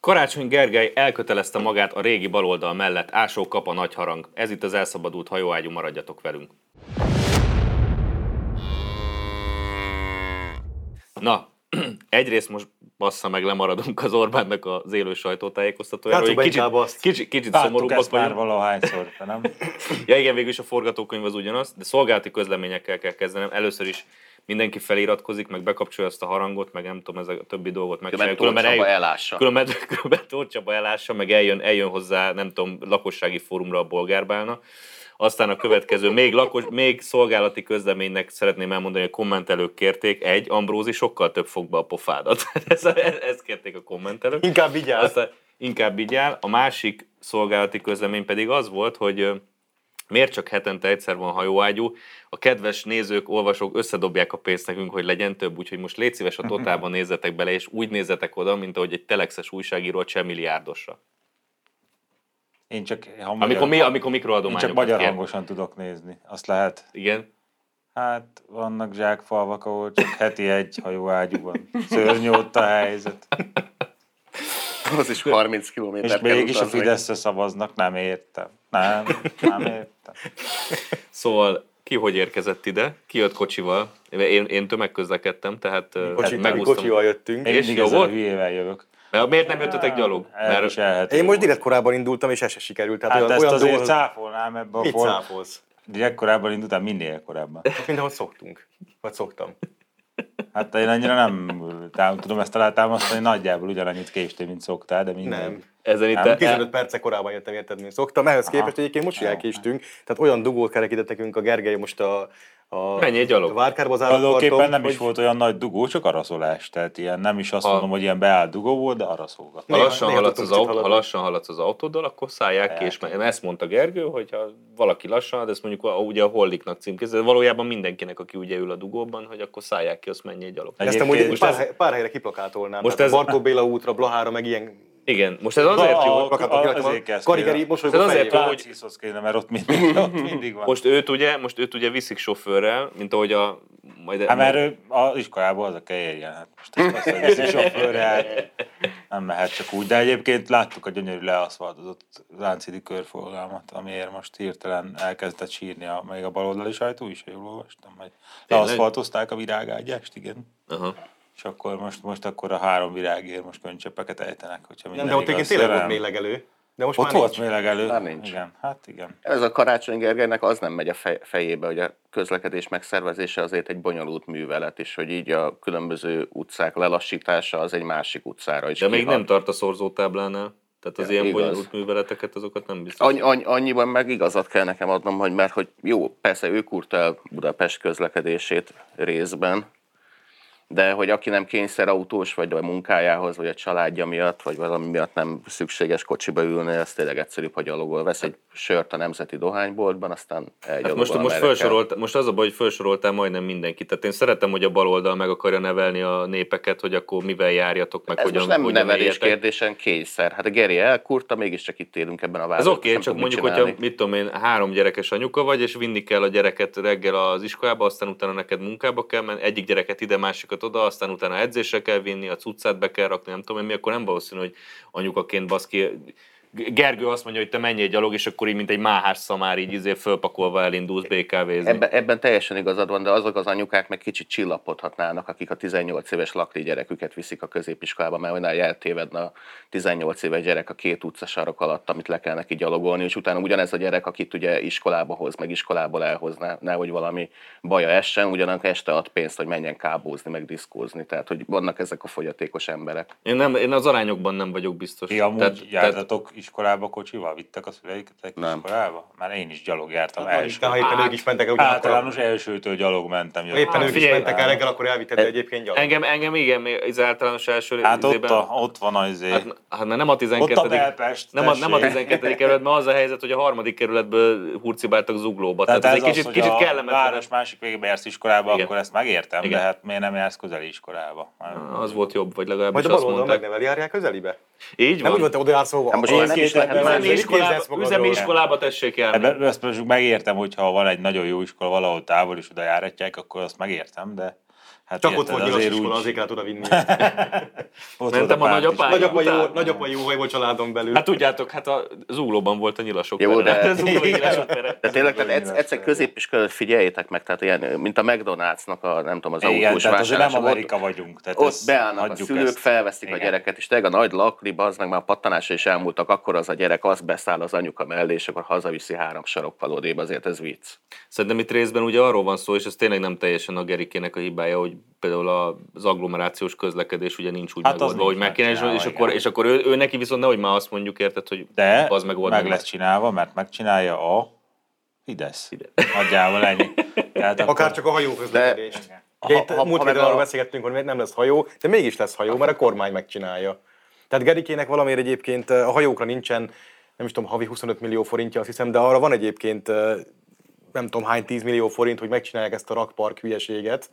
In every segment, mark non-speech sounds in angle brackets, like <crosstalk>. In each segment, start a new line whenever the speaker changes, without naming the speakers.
Karácsony Gergely elkötelezte magát a régi baloldal mellett, ásó kap a nagy harang. Ez itt az elszabadult hajóágyú, maradjatok velünk. Na, <clears throat> egyrészt most bassza meg lemaradunk az Orbánnak az élő sajtótájékoztatójáról.
Látjuk
hogy
inkább azt.
kicsit, kicsit
Láttuk
szomorúbbak
ezt már
vagyunk.
valahányszor, te nem?
Ja igen, végül is a forgatókönyv az ugyanaz, de szolgálati közleményekkel kell kezdenem. Először is mindenki feliratkozik, meg bekapcsolja ezt a harangot, meg nem tudom, ez a többi dolgot
Különben
megcsinálja.
Tóth Csaba
eljut-
elássa.
Különben, <laughs> különben Tóth Csaba elássa, meg eljön, eljön hozzá, nem tudom, lakossági fórumra a bolgárbálna. Aztán a következő, még, lakos, még szolgálati közleménynek szeretném elmondani, hogy a kommentelők kérték, egy, Ambrózi sokkal több fog be a pofádat. <laughs> ezt, ezt kérték a kommentelők.
Inkább vigyázz.
Aztán inkább így áll. A másik szolgálati közlemény pedig az volt, hogy ö, miért csak hetente egyszer van hajóágyú, a kedves nézők, olvasók összedobják a pénzt nekünk, hogy legyen több, úgyhogy most légy szíves a totálban nézzetek bele, és úgy nézzetek oda, mint ahogy egy telexes újságíró a csemilliárdosra.
Én csak, ha magyar,
Amikor, mi, amikor
én csak
mikroadományokat
magyar
kér.
hangosan tudok nézni. Azt lehet.
Igen.
Hát vannak zsákfalvak, ahol csak heti egy hajóágyú van. Szörnyű ott a helyzet.
Az is 30
És
kilométer kell
mégis a
utazni.
Fideszre szavaznak, nem értem. Nem, nem értem.
Szóval ki hogy érkezett ide? Ki jött kocsival? Én, én tömegközlekedtem, tehát ö,
Kocsi, mi
megúsztam.
Hát kocsival jöttünk.
Én
És
mindig
jó
ezzel a
volt?
hülyével jövök.
Mert Miért nem jöttetek gyalog?
El is elhető
Én most
volt.
direkt korábban indultam, és ez se sikerült. Tehát
Hát
olyan,
ezt
olyan
azért
dolog-
cáfolnám ebbe a
Mit
kor...
cáfolsz?
Direkt korábban indultam, minél korábban.
Hát mindenhol szoktunk. Vagy
<laughs>
szoktam.
Hát én annyira nem tám- tudom ezt alátámasztani, nagyjából ugyanannyit késtél, mint szoktál, de minden.
Nem.
Ezen itt
Nem,
el-
15 perce korábban jöttem, érted, mint szoktam. Ehhez képest egyébként most is elkéstünk. Tehát olyan dugót kerekített nekünk a Gergely most a, a
Menjél gyalog.
A várkárba az
Tulajdonképpen
állatparton,
nem is
hogy
volt olyan nagy dugó, csak araszolás. Tehát ilyen, nem is azt
Ha-
mondom, hogy ilyen beállt dugó volt, de araszolgat.
Ha
Néha-
lassan,
néha
haladsz az
tudtunk
autó,
kicsit
ha
haladni.
lassan haladsz az autóddal, akkor szállják ki, és me- ezt mondta Gergő, hogy ha valaki lassan, de ezt mondjuk a, ugye a Holliknak címkézett, valójában mindenkinek, aki ugye ül a dugóban, hogy akkor szállják ki, azt menjél gyalog.
ezt amúgy
Egyébként-
pár, hely, pár helyre kiplakátolnám.
Most
Most ez...
ez-
Bartók Béla útra, Blahára, meg ilyen
Igen, most ez azért jó,
a-
plakátnak
a-
kiraktam a
azért kell
Karigeri
szépen.
mosolygó
Ez azért
fejével.
plakát-
Láciszhoz kéne, mert ott
<laughs>
mindig, ott mindig van.
most
Most,
őt ugye, most őt ugye viszik sofőrrel, mint ahogy a... Majd,
hát mert ő az iskolából az a kejérjen, hát most ezt azt
<laughs>
mondja, hogy sofőr, hát nem mehet csak úgy. De egyébként láttuk a gyönyörű leaszfaltozott láncidi körforgalmat, amiért most hirtelen elkezdett sírni a, még a baloldali sajtó is, ha jól olvastam, hogy
Tényleg?
leaszfaltozták a virágágyást, igen.
Aha.
És akkor most, most akkor a három virágért most könycseppeket ejtenek, hogyha minden
Nem, de ott egyébként
igaz,
tényleg volt
nem.
mélegelő. De most
Ott
már
volt
nincs.
mélegelő.
Már nincs.
Igen, hát igen.
Ez a Karácsony Gergelynek az nem megy a fej- fejébe, hogy a közlekedés megszervezése azért egy bonyolult művelet, és hogy így a különböző utcák lelassítása az egy másik utcára is
De még
kihat.
nem tart a szorzótáblánál, tehát az
Ja,
ilyen
igaz.
bonyolult műveleteket, azokat nem biztos.
Annyi, annyi, annyiban meg igazat kell nekem adnom, hogy mert hogy jó, persze ő kurta el Budapest közlekedését részben, de hogy aki nem kényszerautós, vagy a munkájához, vagy a családja miatt, vagy valami miatt nem szükséges kocsiba ülni, ez tényleg egyszerűbb, ha gyalogol. Vesz egy sört a Nemzeti Dohányboltban, aztán elgyalogol.
Hát most, most,
amerre kell.
felsorolt, most az a baj, hogy felsoroltál majdnem mindenkit. Tehát én szeretem, hogy a baloldal meg akarja nevelni a népeket, hogy akkor mivel járjatok, meg
Ez
hogyan
most nem
hogyan
nevelés
éljetek.
kérdésen kényszer. Hát a Geri elkurta, mégiscsak itt élünk ebben a
Ez
városban.
oké,
nem
okay, csak
tudunk
mondjuk,
mit
hogyha
csinálni.
mit tudom én, három gyerekes anyuka vagy, és vinni kell a gyereket reggel az iskolába, aztán utána neked munkába kell menni, egyik gyereket ide, másikat oda, aztán utána edzésre kell vinni, a cuccát be kell rakni, nem tudom én mi, akkor nem valószínű, hogy anyukaként baszki, Gergő azt mondja, hogy te menjél gyalog, és akkor így, mint egy máhás szamár, így izé fölpakolva elindulsz BKV-zni.
Ebben, ebben teljesen igazad van, de azok az anyukák meg kicsit csillapodhatnának, akik a 18 éves lakli gyereküket viszik a középiskolába, mert olyan eltévedne a 18 éves gyerek a két utcasarok alatt, amit le kell neki gyalogolni, és utána ugyanez a gyerek, akit ugye iskolába hoz, meg iskolából elhozná, nehogy valami baja essen, ugyanakkor este ad pénzt, hogy menjen kábózni, meg diszkózni. Tehát, hogy vannak ezek a fogyatékos emberek.
Én, nem, én az arányokban nem vagyok biztos.
Ti amúgy
Tehát-
tehát,
tehát-
jártatok iskolába kocsival? Vittek a szüleiket
Nem.
iskolába? Már én is gyalog jártam
Hát,
első.
ha éppen ők is mentek el,
hát,
ugyanakkor a-
Általános elsőtől gyalog mentem.
ha éppen
Hát,
ők is
figyelj,
mentek el reggel, akkor elvitted egyébként gyalog.
Engem, engem igen, még az általános első
Hát ott,
izében-
a, ott van az izé.
Hát, hát mert nem a
ott a
12.
Belpest.
nem, a, nem a
tessék.
12. kerület, mert az a helyzet, hogy a harmadik kerületből hurcibáltak zuglóba.
Tehát
Tehát,
ez
ez egy kicsit,
az,
kicsit
hogy a
kellemetlen.
város másik végébe jársz iskolába,
Igen.
akkor ezt megértem,
Igen.
de hát miért nem jársz közeli iskolába?
Az volt jobb, vagy legalábbis
Majd a
azt
baloldal
mondták.
megneveli, járják közelibe?
Így
Nem
van.
úgy volt, te oda jársz hova.
Hát most már nem is lehet
Két
más.
üzemi,
Mit
iskolába,
képzelsz magadról?
üzemi iskolába tessék járni.
Ebben ezt most megértem, hogyha van egy nagyon jó iskola valahol távol, és oda járatják, akkor azt megértem, de Hát
Csak ott
érted,
volt nyilas
azért
iskola,
úgy-
azért kell oda
<laughs>
vinni.
Hát
Ott
Mentem
volt
a
párt
nagyapám.
is.
Nagyapa jó,
Utána.
nagyapa jó haj volt családon belül.
Hát tudjátok, hát a zúlóban volt a nyilasok
Jó,
tere.
de-
<laughs> A zúlói nyilasok tere.
De tényleg, tehát
Nagyon
egyszer,
nyilas
egyszer
terület.
középiskolát figyeljétek meg, tehát ilyen, mint a McDonald'snak a, nem tudom, az
Igen,
autós
tehát azért nem
vásárlása. Ott,
Amerika vagyunk. Tehát
ott
ezt
beállnak a
hagyjuk
szülők,
ezt.
felveszik a
Igen.
gyereket, és tényleg a nagy lakliba, az meg már a pattanásra is elmúltak, akkor az a gyerek azt beszáll az anyuka mellé, és akkor hazaviszi három sarokkal odébb, azért ez vicc.
Szerintem itt részben ugye arról van szó, és ez tényleg nem teljesen a Gerikének a hibája, hogy például az agglomerációs közlekedés ugye nincs úgy
Hát az
megoldva,
nincs
hogy meg kéne, és,
megcsinálva,
és akkor,
igen.
és akkor ő, ő, neki viszont nehogy már azt mondjuk, érted, hogy
De
az meg,
meg lesz csinálva, mert megcsinálja a Fidesz. Nagyjából ennyi. Tehát
Akár csak a hajó közlekedést. Ugye itt
ha- ha
múlt
meg
héten arról
a-
beszélgettünk, hogy nem lesz hajó, de mégis lesz hajó, mert a kormány megcsinálja. Tehát Gerikének valamiért egyébként eh, a hajókra nincsen, nem is tudom, havi 25 millió forintja, azt hiszem, de arra van egyébként eh, nem tudom hány 10 millió forint, hogy megcsinálják ezt a rakpark hülyeséget.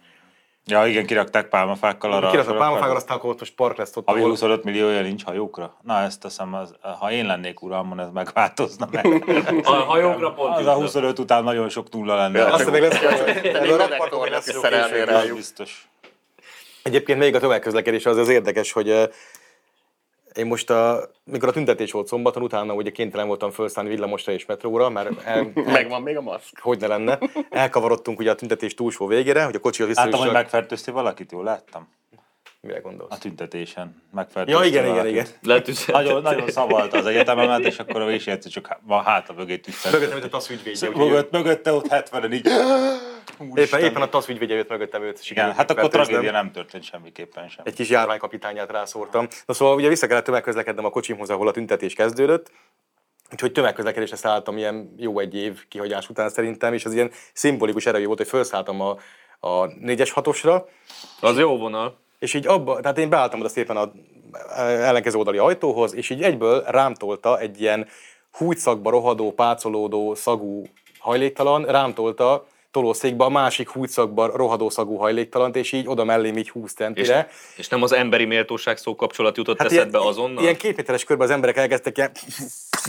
Ja, igen, kirakták pálmafákkal arra.
Kirasz a
arra-
pálmafágra, aztán akkor ott most park lesz ott.
Havi
ahol-
25 milliója nincs hajókra? Na, ezt teszem, az, ha én lennék uralmon, ez megváltozna meg.
A hajókra pont
Az a 25 után nagyon sok nulla lenne.
Ja,
Aztán még lesz hajó. Ez a
Még
rakparkon
a
még lesz
is
jó
szerelmére.
később.
az
rájuk.
biztos.
Egyébként még a tömegközlekedés az az érdekes, hogy eh, én most, a, mikor a tüntetés volt szombaton, utána ugye kénytelen voltam felszállni villamosra és metróra, mert el,
Megvan még a maszk.
hogy ne lenne, elkavarodtunk ugye a tüntetés túlsó végére, hogy a kocsi az
Láttam, hogy
visszajusson.
megfertőzte valakit, jól láttam?
Mire gondolsz?
A tüntetésen. Megfertőzte
Ja, igen, igen,
valakit.
igen.
Nagyon, nagyon szavalt az egyetememet, és akkor a végig csak a háta mögé
Mögöttem
tüsztelt.
jött a TASZ ügyvédje. ugye ő-
Mögött, mögötte ott 70-en így.
Éppen,
<gasps> Úristen.
éppen a TASZ ügyvédje jött mögöttem őt.
Igen,
sikerült
hát akkor
megfertőznem.
tragédia nem történt semmiképpen sem.
Egy kis járványkapitányát rászórtam. Na szóval ugye vissza kellett tömegközlekednem a kocsimhoz, ahol a tüntetés kezdődött, Úgyhogy tömegközlekedésre szálltam ilyen jó egy év kihagyás után szerintem, és az ilyen szimbolikus erejű volt, hogy felszálltam a, a 4-es 6-osra,
Az jó vonal.
És így abba, tehát én beálltam oda szépen a e, ellenkező oldali ajtóhoz, és így egyből rám tolta egy ilyen húgyszakba rohadó, pácolódó, szagú hajléktalan, rám tolta tolószékba a másik húgyszakba rohadó szagú hajléktalant, és így oda mellém így húz
És,
centire.
és nem az emberi méltóság szó kapcsolat jutott hát
ilyen,
eszedbe azonnal?
ilyen két méteres körben az emberek elkezdtek ilyen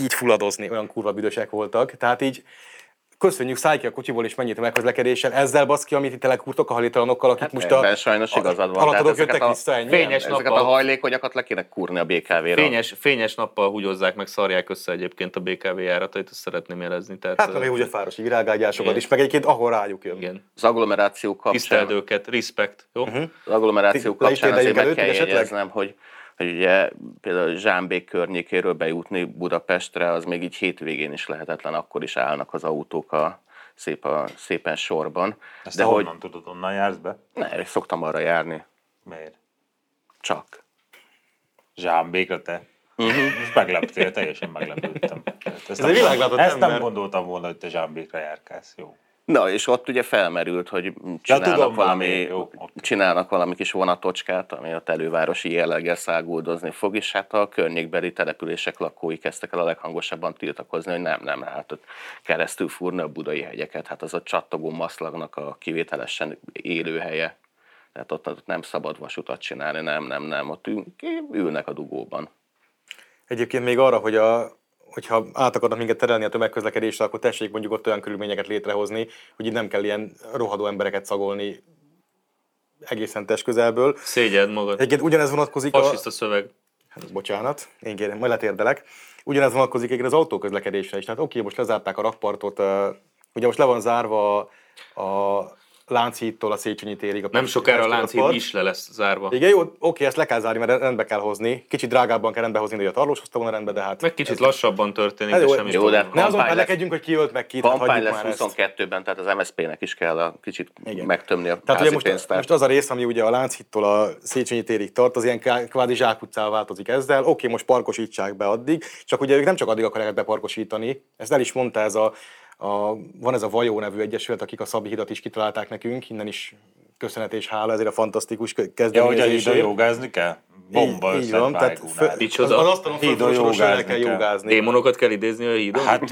így fulladozni, olyan kurva büdösek voltak. Tehát így köszönjük, szállj ki a kocsiból, és menjél megközlekedéssel. Ezzel basz ki, amit itt telekúrtok a hajléktalanokkal, akik most a...
Hát Ebben sajnos igazad van. tehát
Alatadók
ezeket
jöttek
a-
vissza ennyi.
Fényes
Ezeket
nappal.
a hajlékonyakat le kéne kúrni a BKV-ra.
Fényes, fényes nappal húgyozzák, meg szarják össze egyébként a BKV járatait, ezt szeretném jelezni. Tehát,
Hát
ö,
meg úgy a fárosi virágágyásokat
Igen.
is, meg egyébként ahol rájuk jön.
igen.
Az agglomeráció kapcsán
Tiszteld őket, respekt, jó?
Mhm.
Uh-huh.
az agglomeráció
Le is
kapcsán azért
térdeljünk
meg kell
előttük esetleg?
jegyeznem, hogy, hogy ugye például Zsámbék környékéről bejutni Budapestre, az még így hétvégén is lehetetlen, akkor is állnak az autók a, szép a, szépen sorban.
Ezt
De
te
hogy
honnan tudod, onnan jársz be?
ne, én szoktam arra járni,
Miért?
csak.
Zsámbékra te? Most megleptél, teljesen meglepődtem. Tehát Ezt
Ez egy világlátott
Ezt nem
ember.
gondoltam volna, hogy te zsámbékra járkálsz. Jó.
Na, és ott ugye felmerült, hogy csinálnak,
tudom,
valami,
valami, jó, oké.
csinálnak valami kis vonatocskát, ami a elővárosi jelleggel száguldozni fog, és hát a környékbeli települések lakói kezdtek el a leghangosabban tiltakozni, hogy nem, nem lehet ott keresztül fúrni a budai hegyeket, hát az a csattogó maszlagnak a kivételesen élőhelye. Tehát ott, ott nem szabad vasutat csinálni, nem, nem, nem, ott ül- ülnek a dugóban.
Egyébként még arra, hogy a, hogyha át akarnak minket terelni a tömegközlekedésre, akkor tessék mondjuk ott olyan körülményeket létrehozni, hogy itt nem kell ilyen rohadó embereket szagolni egészen test közelből.
Szégyeld magad.
Egyébként ugyanez vonatkozik a...
Fasiszta szöveg.
Hát, bocsánat, én kérem, majd letérdelek. Ugyanez vonatkozik egyébként az autóközlekedésre is. Tehát oké, most lezárták a rakpartot, ö, ugye most le van zárva a, a Lánchídtól a Széchenyi térig. A
Nem sokára a
Pesti
Lánchíd
rakpart.
is le lesz zárva.
Igen, jó, oké, ezt le kell zárni, mert rendbe kell hozni. Kicsit drágábban kell rendbe hozni, de a tarlós hozta volna rendbe, de hát...
Meg kicsit lassabban történik,
Ez
de
jó.
semmi
Jó,
probléma.
de-
Ne azon
Kampány lesz.
pelekedjünk, hogy ki ölt meg ki, tehát
Kampány
hát hagyjuk
lesz
már ezt.
22-ben, tehát az MSZP-nek is kell a kicsit
Igen.
megtömni a
Tehát
házi
ugye most,
pénztárt.
most, az a rész, ami ugye a Lánchittól a Széchenyi térig tart, az ilyen ká- kvázi zsákutcával változik ezzel. Oké, most parkosítsák be addig, csak ugye ők nem csak addig akarják beparkosítani, ezt el is mondta ez a, a van ez a Vajó nevű egyesület, akik a Szabi hidat is kitalálták nekünk, innen is köszönet és hála ezért a fantasztikus kö-
Ja, hogy a hídon
kezdeményezésért.
jogázni kell? Bomba
így, így van, tehát fö-
összevágónál.
az, az
Micsoda?
asztalon
Hídon
fölforosan el
jogázni
kell
kell.
jogázni.
Démonokat kell idézni a hídon?
Hát,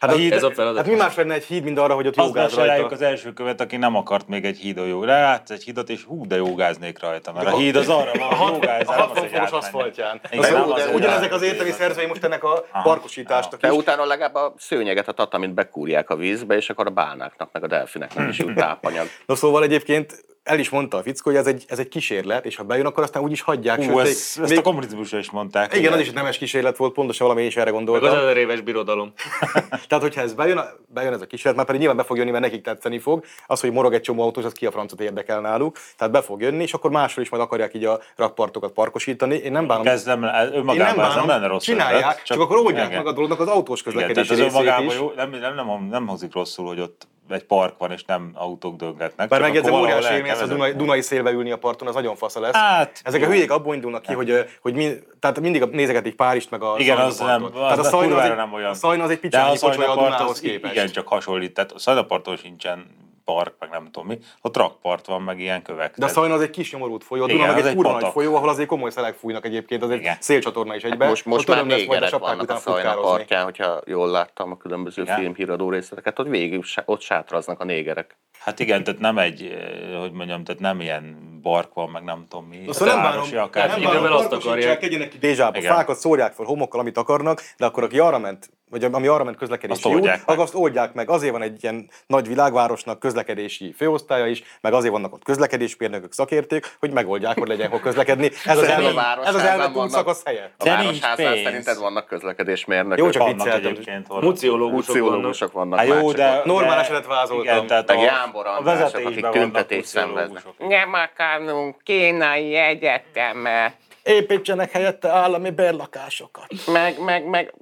Hát,
A
a,
híd-
ez
ez
a,
a feladat.
hát mi más lenne egy híd, mint arra, hogy ott
azzal
jogáz
se rájuk
rajta.
az első követ, aki nem akart még egy hídon jogázni. Ráállsz egy hidat, és hú, de jogáznék rajta, mert a híd az arra van, hogy jogázni, nem az egy
foros
átmenő.
aszfaltján.
Igen,
Na,
nem
jó,
az
de
egy
Szóval ugyanezek az
átmenő.
értelmi szerzői most ennek a parkosításnak
De
is.
utána legalább a szőnyeget, a
Hm.
tatamint bekúrják a vízbe, és akkor a bálnáknak, meg a delfineknek is jut tápanyag.
Na szóval egyébként el is mondta a fickó, hogy ez egy, ez egy kísérlet, és ha bejön, akkor aztán úgy is hagyják.
Hú, ezt, ezt a kommunizmusra is mondták.
igen, az is egy nemes kísérlet volt, pontosan valami én is erre
Meg az
gondoltam.
ezer éves birodalom.
<laughs> Tehát, hogyha ez bejön, bejön ez a kísérlet, már pedig nyilván be fog jönni, mert nekik tetszeni fog, az, hogy morog egy csomó autós, az ki a francot érdekel náluk, tehát be fog jönni, és akkor máshol is majd akarják így a rakpartokat parkosítani. Én nem bánom.
Ez nem, ez önmagában ez nem lenne rossz.
csinálják,
ötlet,
csak, csak, akkor oldják
igen.
meg a dolognak az autós
Igen, tehát az
közlekedési részét
önmagában
is.
jó, nem, nem, nem, nem hozik rosszul, hogy ott egy park van, és nem autók döngetnek.
Bár
csak
megjegyzem,
akkor
óriási
valahol
élmény ez a
elkeverednek.
Dunai, Dunai szélbe ülni a parton, az nagyon fasza lesz.
Hát,
Ezek a
jó. Hát.
hülyék abból indulnak ki, hogy, hogy mi, tehát mindig a- nézegetik Párizst meg a
Igen,
Szajna
az
partot.
nem, az
tehát a
nem-
Szajna az
kurvára
egy,
nem olyan.
A Szajna az egy
De a
picsány kocsmája a
Szajnaparton
Dunához
az
képest.
Igen, csak hasonlít. Tehát a Szajnaparton sincsen park, meg nem tudom mi. A trakpart van, meg ilyen kövek.
De a
Tehát-
Szajna az egy kis nyomorult folyó, a
Igen,
Duna meg
az
egy
egy
kurva
patak.
nagy folyó, ahol azért komoly szelek fújnak egyébként, azért
Igen.
szélcsatorna is egybe.
Hát Most, most
Ott öröm
már
lesz majd a
négerek
sapkák
vannak a
után
Szajna
futkározni.
parkján, hogyha jól láttam a különböző
Igen.
filmhíradó részleteket, ott végig sá- ott sátraznak a négerek.
Hát igen, tehát nem egy, eh, hogy mondjam, tehát nem ilyen bark van, meg nem tudom mi.
Azt Szóval nem bánom,
városi akár-
nem
Idővel
bánom,
azt akarják.
parkosítsák, egyenek ki dézsába,
Igen.
fákat szórják fel homokkal, amit akarnak, de akkor aki arra ment, vagy ami arra ment
Azt
közlekedési út,
oldják meg.
akkor azt oldják meg. Azért van egy ilyen nagy világvárosnak közlekedési főosztálya is, meg azért vannak ott közlekedésmérnökök, szakértők, hogy megoldják, hogy legyen hol közlekedni. Ez az
Szerintem
elme,
a
ez az
városházban
elme
vannak.
útszakasz helyett.
A
De nincs
városházán
pénz.
szerinted vannak közlekedésmérnökök.
Jó, csak
Vannak
vicceltem.
egyébként ott.
Muciológusok vannak.
Muciológusok vannak.
Hát
már
jó,
csak
de...
ott.
Normál
de-
esetet vázoltam.
Igen, tehát
Meg
a-
Jámbor
a
Andrások,
vezetésben
akik
vannak
tüntetést szenveznek.
muciológusok.
Nem akarunk kínai egyetemet,
Építsenek helyette állami bérlakásokat.
meg, meg, meg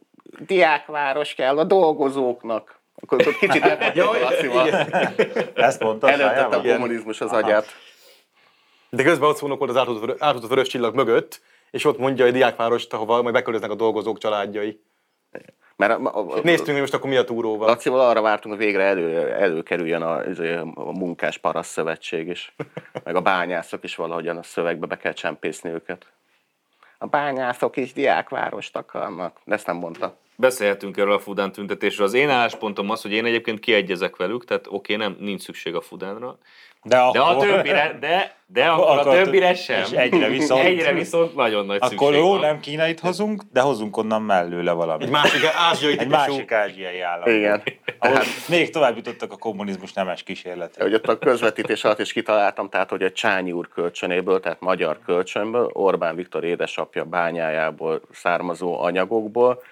diákváros kell a dolgozóknak. Akkor ott kicsit
<laughs> Jaj,
elpattam
igen.
Ezt mondta
Előtette a
szájában?
kommunizmus az agyát.
De közben ott szónok volt az átadott vörö- átadott vörös csillag mögött, és ott mondja a diákvárost, ahova majd beköltöznek a dolgozók családjai.
Mert a, a, a,
Néztünk, hogy most akkor mi a túróval.
Lacival arra vártunk, hogy végre elő, előkerüljön a, izé, a munkás parasz szövetség is, meg a bányászok is valahogyan a szövegbe be kell csempészni őket. A bányászok is diákvárost akarnak. De Ezt nem mondta.
Beszélhetünk erről a Fudán tüntetésről. Az én álláspontom az, hogy én egyébként kiegyezek velük, tehát oké, nem, nincs szükség a Fudánra.
De
De a
akkor...
többire, de, de akkor a többire sem.
És egyre viszont...
Egyre viszont nagyon nagy
Akkor
szükség
jó,
van.
nem Kínait hozunk, de hozunk onnan mellőle valamit.
Egy másik ázsiai
Egy
típusú.
másik ázsiai állam.
Igen.
Ahol még tovább jutottak a kommunizmus nemes kísérletre.
Hogy ott a közvetítés alatt is kitaláltam, tehát hogy a Csányi úr kölcsönéből, tehát magyar kölcsönből, Orbán Viktor édesapja bányájából származó anyagokból,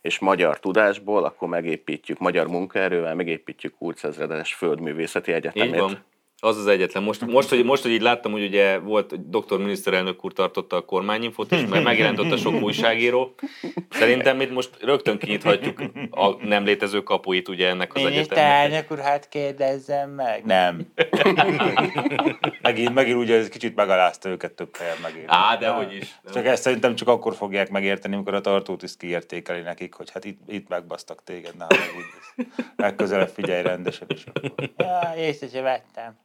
és magyar tudásból, akkor megépítjük, magyar munkaerővel megépítjük Kurcezredes Földművészeti Egyetemét.
Így van. Az az egyetlen. Most, most, hogy, most, hogy így láttam, hogy ugye volt, hogy doktor miniszterelnök úr tartotta a kormányinfót, és meg megjelent ott a sok újságíró. Szerintem itt most rögtön kinyithatjuk a nem létező kapuit ugye ennek az egyetemnek.
úr, hát kérdezzem meg. Nem. megint, megint ugye ez kicsit megalázta őket több helyen megint.
Á, de hogy is.
Csak ezt szerintem csak akkor fogják megérteni, amikor a tartótiszt kiértékeli nekik, hogy hát itt, itt megbasztak téged, na, meg úgy, legközelebb figyelj rendesen is. Ja, észre se vettem.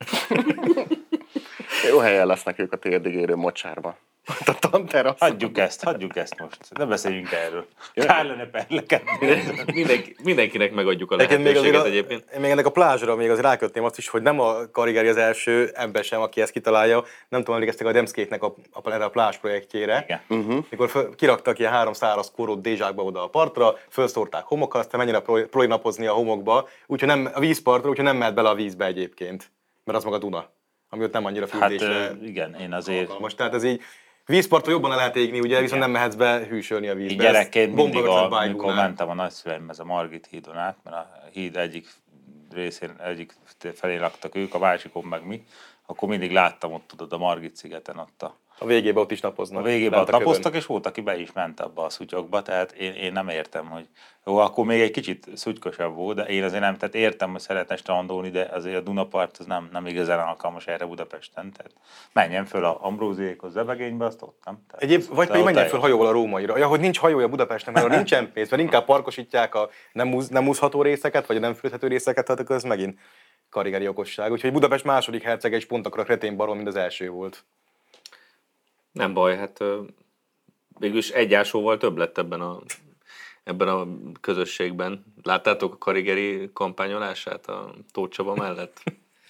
Jó helyen lesznek ők a térdig érő
<laughs>
mocsárban. Ott A tanterasz.
Hagyjuk ezt, hagyjuk ezt most. Ne beszéljünk erről. Kár lenne perlekedni.
Mindenki, mindenkinek megadjuk a
Nekem még, azért
lehetőséget
a,
egyébként.
én még ennek a plázsra még az rákötném azt is, hogy nem a Karigeri az első ember sem, aki ezt kitalálja. Nem tudom, emlékeztek a Demszkéknek a, a, erre a plázs projektjére.
Igen.
Uh-huh. Mikor föl, kiraktak ilyen három száraz kórót dézsákba oda a partra, felszórták homokra, aztán menjen a proli- prolinapozni a homokba, úgyhogy nem, a vízpartra, úgyhogy nem mehet bele a vízbe egyébként, mert az maga Duna, ami ott nem annyira
Hát
fürdésre
ö, igen, én azért
alkalmas. Tehát ez így vízparton jobban el lehet égni, ugye, viszont nem mehetsz be hűsölni a vízbe.
Így
Ez
gyerekként
bomba
mindig,
ötlet
a,
Bájgónál.
amikor mentem a nagyszüleimhez a Margit hídon át, mert a híd egyik részén, egyik felé laktak ők, a másikon meg mi, akkor mindig láttam ott, tudod, a Margit szigeten ott a,
A végében ott is napoznak.
a végében
Lehet
ott
kövön.
napoztak, és volt, aki be is ment abba a szutyokba, tehát én, én nem értem, hogy jó, akkor még egy kicsit szutykosabb volt, de én azért nem, tehát értem, hogy szeretne strandolni, de azért a Dunapart az nem, nem igazán alkalmas erre Budapesten, tehát menjen föl a Ambróziékhoz, Zebegénybe, azt ott nem. Tehát
Egyéb,
az-
vagy
az
pedig
ott
menjen
el-
föl hajóval a rómaira. Ja, hogy nincs hajója Budapesten, mert ha nincsen pénz, mert inkább parkosítják a nem, úz, nem úszható részeket, vagy a nem fűthető részeket, tehát akkor ez megint karigeri okosság. Úgyhogy Budapest második hercege is pont akkor a kretén barom, mint az első volt.
Nem baj, hát ö, végülis egy ásóval több lett ebben a, ebben a közösségben. Láttátok a karigeri kampányolását a Tóth Csaba mellett?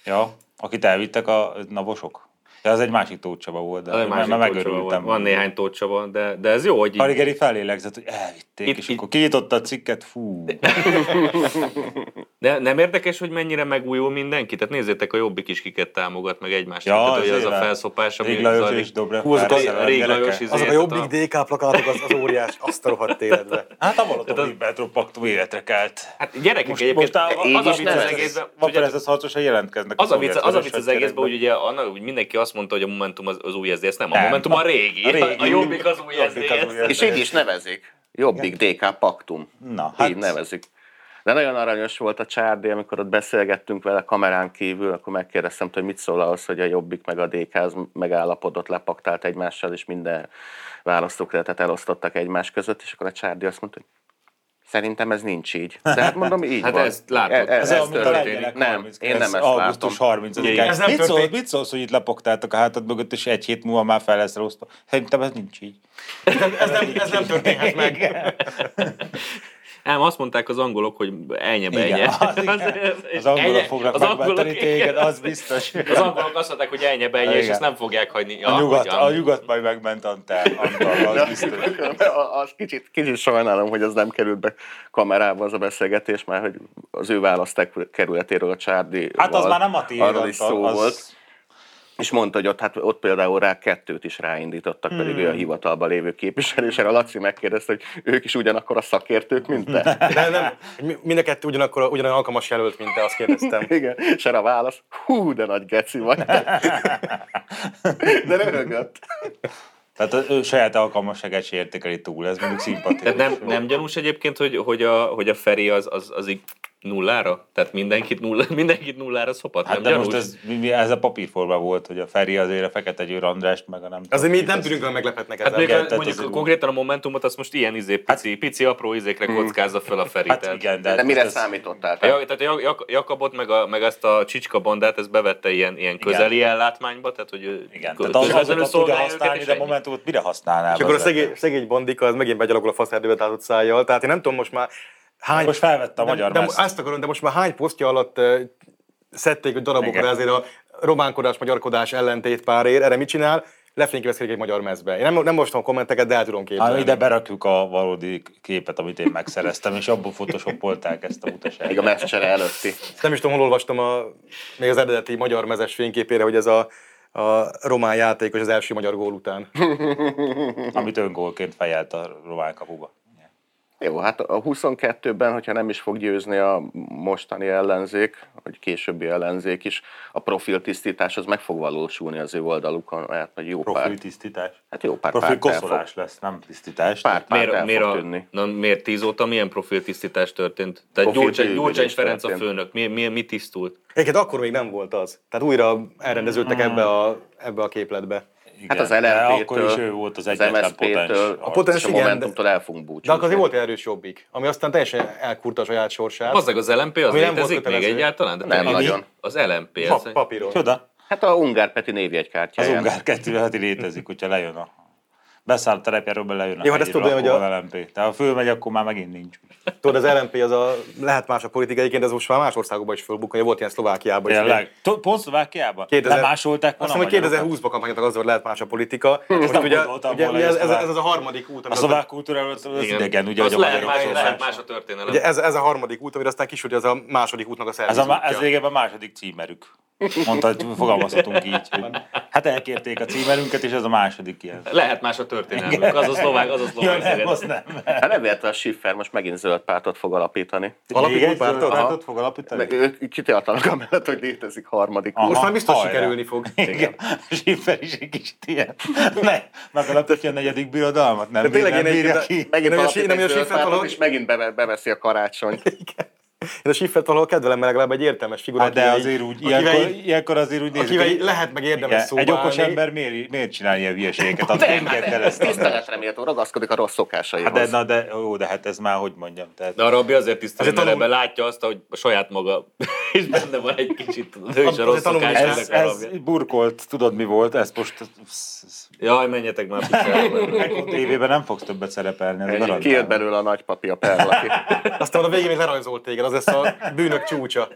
Ja, akit elvittek a navosok. De az egy másik Tóth Csaba volt, de
Az egy
már,
másik
már
Tóth Csaba volt.
megörültem.
Van néhány Tóth Csaba, de, de ez jó, hogy így
Karigeri felélegzett, hogy elvitt. elvitték,
Itt-
és
itt-
akkor kinyitotta a cikket, fú.
De nem érdekes, hogy mennyire megújul mindenki? Tehát nézzétek, a jobbik is kiket támogat, meg egymást.
Ja,
tehát, hogy az
azért
a
van.
felszopás, ami
Rég Lajos
zajlik.
és Dobrev
Hú, azok a-
Kárszelen
Rég
gyereke.
Lajos is-
Azok a
Ezért
jobbik DK plakátok, az, az <laughs> óriás, azt a rohadt életbe.
Hát a
<laughs>
Balaton Petro paktum életre kelt.
Hát gyerekek
Most,
egyébként,
most á,
az
az
a
a
vicc az
vicc,
egészben,
van
tudjátok,
persze harcosan jelentkeznek.
az a vicc, az, a vicc az
szovjet
egészben, hogy
hadseregbe.
ugye annak, hogy mindenki azt mondta, hogy a Momentum az, az új SZDSZ, nem, a
Nem.
Momentum a régi, a,
A régi.
Jobbik az új
Jobbik az új
SZDSZ.
SZDSZ.
És így is nevezik. Jobbik DK Paktum.
Na,
Hát...
hát
Így nevezik. De nagyon aranyos volt a Csárdi, amikor ott beszélgettünk vele kamerán kívül, akkor megkérdeztem, tőle, hogy mit szól ahhoz, hogy a Jobbik meg a DK az megállapodott, lepaktált egymással, és minden választókretet elosztottak egymás között, és akkor a Csárdi azt mondta, hogy Szerintem ez nincs így. De <laughs> hát mondom, így
Hát
van.
ezt látod.
E- e-
Ez az,
Ez,
Ez, ez
amit a
történik.
történik.
lengyelek
Nem,
39
én nem ezt
augusztus
látom.
30
Igen.
Ez nem
mit, szólsz,
történt.
mit szólsz, hogy itt lepaktáltak a hátad mögött, és egy hét múlva már fel lesz rosszva? Szerintem ez nincs így.
Ez nem, ez nem történhet meg.
Nem, azt mondták az angolok, hogy ennyi be
Igen,
ennyi.
az igen. Az angolok fognak megmenteni téged, az biztos.
Az angolok azt mondták, hogy ennyi be ennyi, és
Igen.
ezt nem fogják hagyni.
A,
Ja,
nyugat,
ugyan.
a nyugat majd megment Antál, Antál, az biztos.
Az kicsit, kicsit sajnálom, hogy az nem került be kamerába az a beszélgetés, mert hogy az ő választák kerületéről a Csárdi.
Hát az már nem a tiéd,
Arról is
Antal,
szó
az-
volt. És mondta, hogy ott, hát ott például rá kettőt is ráindítottak, pedig
Hmm.
ő a hivatalban lévő képviselő, és erre a Laci megkérdezte, hogy ők is ugyanakkor a szakértők, mint te.
Nem, nem. Mi- Mind a kettő ugyanakkor a- ugyanolyan alkalmas jelölt, mint te, azt kérdeztem.
Igen, és erre a válasz, hú, de nagy geci vagy. De röhögött.
<laughs> Tehát az ő saját alkalmasságát se értékeli túl, ez mondjuk szimpatikus.
Tehát nem, nem gyanús egyébként, hogy, hogy, a, hogy a Feri az, az, az így nullára? Tehát mindenkit, nulla, mindenkit nullára szopat?
Hát
nem
de
gyanús?
most ez, mi- mi- ez a papírforma volt, hogy a Feri azért a Fekete Győr Andrást, meg a nem tudom
Azért mi
kit,
itt nem
azt-
tűnünk olyan meglepetnek
Hát
ezzel.
még
igen,
a,
tehát
mondjuk
az úgy-
konkrétan a Momentumot azt most ilyen izé, pici, pici apró izékre kockázza fel a Feri.
Hmm. Hát
tehát-
igen, de...
De
hát
mire
most ez-
számítottál? te?
Ja, tehát a Jak- Jak- Jakabot meg, a, meg ezt a Csicska bandát, ez bevette ilyen, ilyen közeli ellátmányba, tehát hogy ő
Igen,
kö-
tehát az
közvetlenül
azokat tudja
szolgálja őket,
használni,
és
de
ennyi.
momentumot mire használnál?
És akkor a
bazzeg?
szegény, szegény bandika, az megint begyalogol a faszerdőbe tátott szájjal. Tehát én nem tudom most már hány...
Hát Most felvette a
de,
magyar
de,
mezt.
Ezt akarom, de most már hány posztja alatt ö, szedték hogy darabokra
Igen.
ezért a románkodás, magyarkodás ellentét párért. Erre mit csinál? Lefényképezkedik egy magyar mezbe. Én nem, nem most a kommenteket, de el tudom
Hát
képzelni.
ide berakjuk a valódi képet, amit én megszereztem, és abból photoshopolták ezt a
Még a
utaságot.
meccsere előtti.
Ezt Nem is tudom, hol olvastam a, még az eredeti magyar mezes fényképére, hogy ez a, a román játékos az első magyar gól után.
Amit öngólként fejelt a román kapuba.
Jó, hát a 22-ben, hogyha nem is fog győzni a mostani ellenzék, vagy későbbi ellenzék is, a profiltisztítás az meg fog valósulni az ő oldalukon, mert egy jó
Profil
pár,
tisztítás.
hát jó pár
Profil
párt el fog,
koszolás lesz, nem tisztítás.
pár, párt
Miért,
el
miért,
fog
a,
tűnni.
na, miért tíz óta milyen profiltisztítás történt? Tehát
Profil
Gyurcsány,
bővülés
Gyurcsány Ferenc a
történt.
főnök, mi, mi, mi tisztult?
Hát-
Egyébként akkor még nem volt az. Tehát újra
Mm.
elrendeződtek ebbe a, ebbe a képletbe.
Igen.
Hát az
de akkor
LMP-től,
is ő volt az egyetlen potens.
MSZP-től, a
potens,
potens, a
igen, de-
Momentumtól el fogunk búcsúzni.
De akkor azért volt egy erős jobbik, ami aztán teljesen elkurta a saját sorsát.
Azzal az LMP az
Ami nem volt
létezik még
kötelező.
egyáltalán? De
Nem
tényleg,
nagyon.
Az LMP. ez-
Pa- papíron.
Csoda.
Hát a Ungár Peti
Az
névjegykártyáján.
ungár kettő hát létezik, hogyha lejön a beszáll a terepjáról, be lejön a
Jó, hát ezt
hegyről,
tudom,
akkor
hogy a-
van LMP. Tehát ha fölmegy, akkor már megint nincs.
Tudod, az LMP az a, lehet más a politika egyébként, de ez most már más országokban is fölbukkan, volt ilyen Szlovákiában is.
Tényleg. T- Pont Szlovákiában?
2000
Lemásolták
Azt
volna
hiszem, hogy
magyarokat?
2020-ban kampányoltak azzal, hogy lehet más a politika. Most
<laughs> nem
ugye,
gondoltam
ugye,
volna,
ugye ez,
hogy
ez,
szlovák-
ez, az a harmadik út,
A
amit
szlovák kultúráról az az
Igen.
idegen, ugye,
Az
hogy a
lehet,
magyarok
más,
szólás.
lehet más a történelem.
Ugye ez, ez a harmadik út, amire aztán kisúrja, ez a második útnak a
Ez,
szervező
a, má- ez régebben a második címerük. Mondta, hogy fogalmazhatunk így. Hogy, hát elkérték a címerünket, és ez a második ilyen.
Lehet más a történelmük. Az a szlovák, az a
Jó,
szlovák.
nem,
sziget.
az nem.
Hát nem véletlen a Schiffer most megint zöld pártot fog alapítani.
Alapító
Még egy
pártot?
zöld
Aha.
fog alapítani?
Meg ők kitartanak amellett, hogy létezik harmadik.
Aha.
út.
Most már biztos
Hajrá.
sikerülni fog.
Igen, Schiffer is egy kicsit ilyen. Ne, megalapítja a negyedik birodalmat, nem,
De tényleg
nem
én egy-
bírja
de-
ki.
Megint
Nem,
nem,
és-
alapít
nem, és
egy zöld
Schiffer
pártot,
valahogy-
és megint beve- beveszi a karácsonyt.
Én a Schiffert valahol kedvelem, mert legalább egy értelmes figura.
Hát de
akivel
azért
így-
úgy,
akivel
ilyenkor,
így-
ilyenkor azért úgy nézik.
akivel
hogy-
így lehet meg érdemes
Igen,
szóba
Egy okos
állni.
ember miért, miért csinál ilyen hülyeségeket? Hát
De,
nem
hát,
kell
de, ez
keresztül.
tiszteletre méltó, ragaszkodik a rossz szokásaihoz.
Hát de, na de, ó, de hát ez már hogy mondjam. Tehát,
De a rabbi azért tiszteli,
Azért
mert ebben
tanul-
látja azt, hogy a saját maga <laughs> is benne van egy kicsit, tudod, ő is a
Azért
rossz
tanul is
szokás.
ez, ez burkolt, tudod mi volt, ez most
Jaj, menjetek
<laughs>
már picsába.
tévében nem fogsz többet szerepelni. Ez
Ennyi.
garantálom.
Kijött belőle a nagypapi a
<laughs>
perlaki.
Aztán a végén még lerajzolt téged, az lesz a bűnök csúcsa.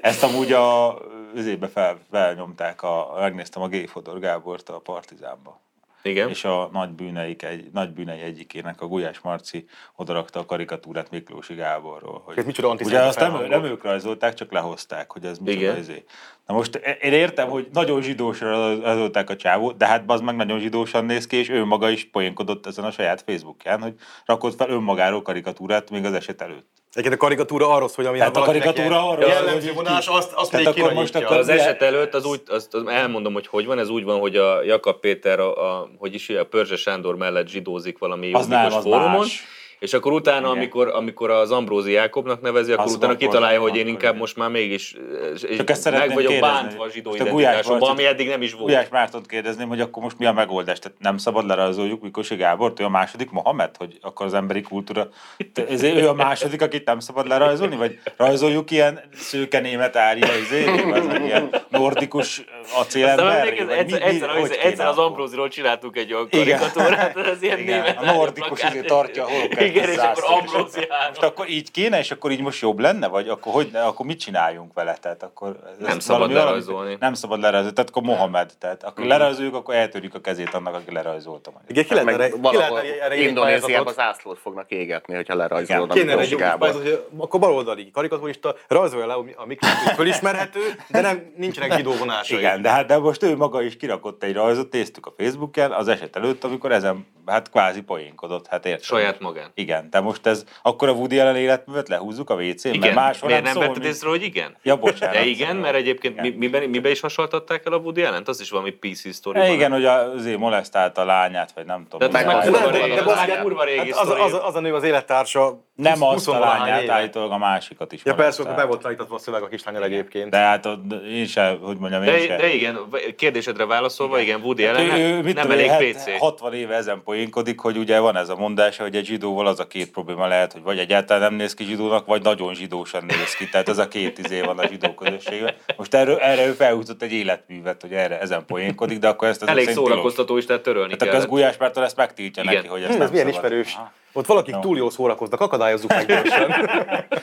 Ezt amúgy a üzébe fel, felnyomták, a, megnéztem a G. Fodor Gábort a Partizánba.
Igen.
és a nagy, bűneik, egy, nagy bűnei egyikének, a Gulyás Marci odarakta a karikatúrát Miklósi Gáborról. Hogy
Ez micsoda
Ugye
antiszemita
azt nem,
felhangok.
nem ők rajzolták, csak lehozták, hogy ez micsoda
Igen.
izé. Na most e- én értem, hogy nagyon zsidósra rajzolták a csávót, de hát az meg nagyon zsidósan néz ki, és ő maga is poénkodott ezen a saját Facebookján, hogy rakott fel önmagáról karikatúrát még az eset előtt.
Egyébként a karikatúra arról szól, hogy amilyen
Tehát a
valakinek
karikatúra
ilyen
arról szól,
jellemző
hogy
vonás,
ki-
azt, azt
Tehát
még
akkor most
kirányítja.
akkor
Az
Mi-
eset előtt az úgy, azt, azt elmondom, hogy hogy van, ez úgy van, hogy a Jakab Péter, a, a, hogy is a Pörzse Sándor mellett zsidózik valami
Az nem,
jobbikos
az
fórumon,
más.
és akkor utána,
Igen.
amikor, amikor az Ambrózi Jákobnak nevezi, akkor
Az
utána
van,
kitalálja,
akkor-
hogy én
akkor
inkább
igen.
most már mégis és
Csak ezt
meg
szeretném
vagyok
kérdezni,
bántva a zsidó
most a Gulyás
identitásomban,
Marcit-
ami eddig nem is volt.
Gulyás Mártont kérdezném, hogy akkor most mi a megoldás? Tehát nem szabad lerajzoljuk Mikosi Gábort, ő a második Mohamed, hogy akkor az emberi kultúra, te- ezért ő a második, akit nem szabad lerajzolni? Vagy rajzoljuk ilyen szőke német árja, ezért, az meg ilyen nordikus
Aztán
acélember?
emlékezz, egyszer, egyszer, egyszer, egyszer az Ambróziról csináltunk egy olyan
Igen.
karikatúrát, ez ilyen
Igen,
német
a nordikus
plakát.
izé tartja a holokausztot
Igen, és akkor
zászlón.
Ambrózi
Most akkor így kéne, és akkor így most jobb lenne? Vagy akkor, hogy, ne- akkor mit csináljunk vele? Tehát akkor ez
Nem
valami-
szabad
valami-
lerajzolni. Mhm.
Nem szabad lerajzolni. Tehát akkor Mohamed. Tehát akkor lerajzoljuk, akkor eltörjük a kezét annak, aki lerajzolta. majd.
Igen, ki
Hát
lehet
meg
erre, ki lehet
valahol
erre- erre írni
Indonéziában
pályázatot?
zászlót fognak égetni, hogyha
Igen.
lerajzolnak
Kéne erre
Miklós
egy jó
Gábor.
pályázat, hogy akkor baloldali karikaturista rajzolja le, ami- amik fölismerhető, de nem, nincsenek zsidó vonásai.
Igen, de hát de most ő maga is kirakott egy rajzot, néztük a Facebookon az eset előtt, amikor ezen hát kvázi poénkodott, hát érted.
Saját magán.
Igen, de most ez, akkor a Woody Allen életművet lehúzzuk a WC-n,
Igen,
mert máshol
miért
nem
nem
szól,
vetted
mint-
észre, hogy igen?
Ja, bocsánat.
De igen,
szóval.
mert egyébként mi, miben, miben is hasonlították el a Woody Allen-t? Az is valami PC sztori.
E, igen, hogy azért molesztálta a lányát, vagy nem tudom.
Tehát az
mi
meg kurva régi,
volt.
Hát de- de- de-
az már
de-
kurva
Hát
régi
az,
sztori.
az, az, a nő az élettársa
nem azt a
valahány
lányát,
éve.
állítólag a másikat is
Ja persze,
molesztálta.
akkor be volt állítva a szöveg a kislányal egyébként.
De hát ott én sem, hogy mondjam, én
De,
sem.
de igen, kérdésedre válaszolva, igen, Woody
Hát
Allen
ő, ő, mit
nem
tudom,
elég
én,
PC.
hát 60 éve ezen poénkodik, hogy ugye van ez a mondása, hogy egy zsidóval az a két probléma lehet, hogy vagy egyáltalán nem néz ki zsidónak, vagy nagyon zsidósan néz ki. Tehát ez a két izé van a zsidó közösségben. Most erről, erre ő felhúzott egy életművet, hogy erre ezen poénkodik, de akkor ezt ezek
Elég
szerint tilos.
szórakoztató is, tehát törölni
Tehát Hát akkor ez
kell.
Gulyás Márton ezt megtiltja
Igen.
neki, hogy ez
Hm,
nem
ez milyen
szabad.
ismerős.
Aha.
Ott valakik túl jól szórakoznak, akadályozzuk
<laughs>
meg gyorsan.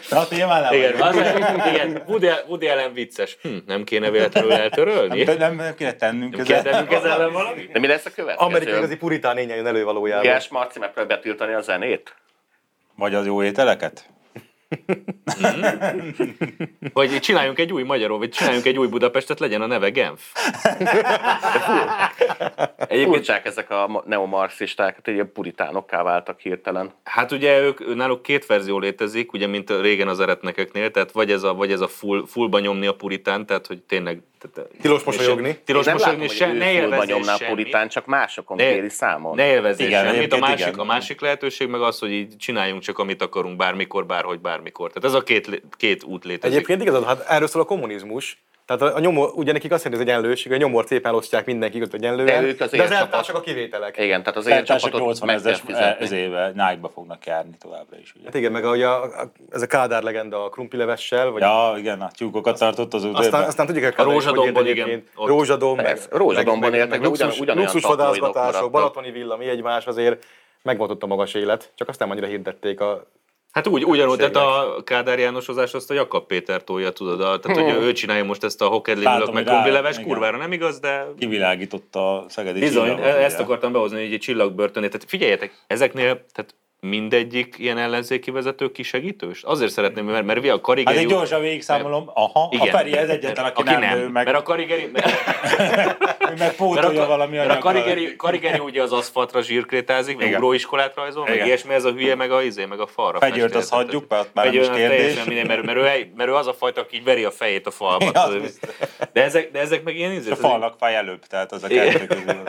Na, témán nem
Igen,
vagyunk.
az, igen, Woody, Woody Allen vicces. Hm, nem kéne véletlenül eltörölni?
nem, nem, nem kéne tennünk
Nem kéne
ezzel.
tennünk ezzel ellen valamit?
De mi lesz a következő?
Amerikai igazi puritán lénye jön elő valójában.
Gulyás Marci megpróbál betiltani a zenét?
Vagy az jó ételeket?
Vagy csináljunk egy új magyarul, vagy csináljunk egy új Budapestet, legyen a neve Genf.
Egyébként csak ezek a ma- neomarxisták, hát egy puritánokká váltak hirtelen.
Hát ugye ők, náluk két verzió létezik, ugye mint régen az eretnekeknél, tehát vagy ez a, vagy ez a full, fullba nyomni a puritán, tehát hogy tényleg... Tehát, eh,
Tilos mosolyogni.
Tilos
nem látom,
mosolyogni,
hogy
se,
ő
ne
fullba
élvezés
nyomná a
semmit.
puritán, csak másokon
Ne-
kéri számon.
Ne élvezzél
Igen,
igen, semmit, a
egyébként
másik,
igen.
a másik lehetőség meg az, hogy így csináljunk csak amit akarunk bármikor, bárhogy, bármikor. Tehát ez a két, lé- két út létezik.
Egyébként igazad, hát erről szól a kommunizmus. Tehát a, a nyomor, ugye nekik azt jelenti, hogy az egyenlőség, a nyomort szépen elosztják mindenki igaz, egyenlően,
De ők az
de az
élcsapat.
eltársak a kivételek.
Igen, tehát az én
Fentársak
csapatot
80
meg kell
ezeres
fizetni.
éve Nike-ba fognak járni továbbra is. Ugye?
Hát igen, meg ugye a, a, ez a Kádár legenda a krumplilevessel, vagy
Ja, igen, a tyúkokat tartott az
aztán,
udvarban.
aztán tudjuk, hogy
A
Kádár is hogy élt
Rózsadombon,
egyébként.
igen, ott.
Rózsadom,
Persze, Rózsadomban éltek, de ugyan- ugyanolyan
luxus
tabloidok
vadászgatások,
maradtak.
Balatoni villa, mi egymás, azért megvolt ott a magas élet, csak azt nem annyira hirdették a
Hát úgy, ugyanúgy, tehát a Kádár Jánosozás azt a Jakab Péter tolja, tudod, a, tehát hogy ő csinálja most ezt a
Hm. Látom,
hokedlinulak meg
hogy rá-
krumplileves,
igen.
kurvára nem igaz, de
kivilágította a szegedi
Bizony, e-
csillagot,
ezt
ugye.
akartam behozni, hogy egy csillagbörtönét. Tehát figyeljetek, ezeknél tehát mindegyik ilyen ellenzéki vezető kisegítős? Azért szeretném, mert, mert mi a
Hát
Karigeri...
én
úr-
gyorsan végigszámolom, aha, a Feri ez egyetlen, aki, nem, ő meg,
Mert a
<laughs>
Karigeri...
ő meg pótolja
Mert a,
valami
mert a
anyaggal.
karigeri, karigeri ugye az aszfaltra zsírkrétázik, meg
Igen.
ugróiskolát rajzol, meg
Igen.
ilyesmi, ez a hülye, meg a izé, meg a falra.
Fegyőrt
festi.
azt
Tehát-
hagyjuk be, ott már nem
Fegyőr
is
az
kérdés.
Teljesen minden, mert, mert, ő, egy- mert ő az a fajta, aki így veri a fejét a falba.
Ja, az
tudod.
biztos.
de, ezek, de ezek meg ilyen izé.
És a
tudod,
falnak fáj előbb, tehát az a
Igen.
kettő közül.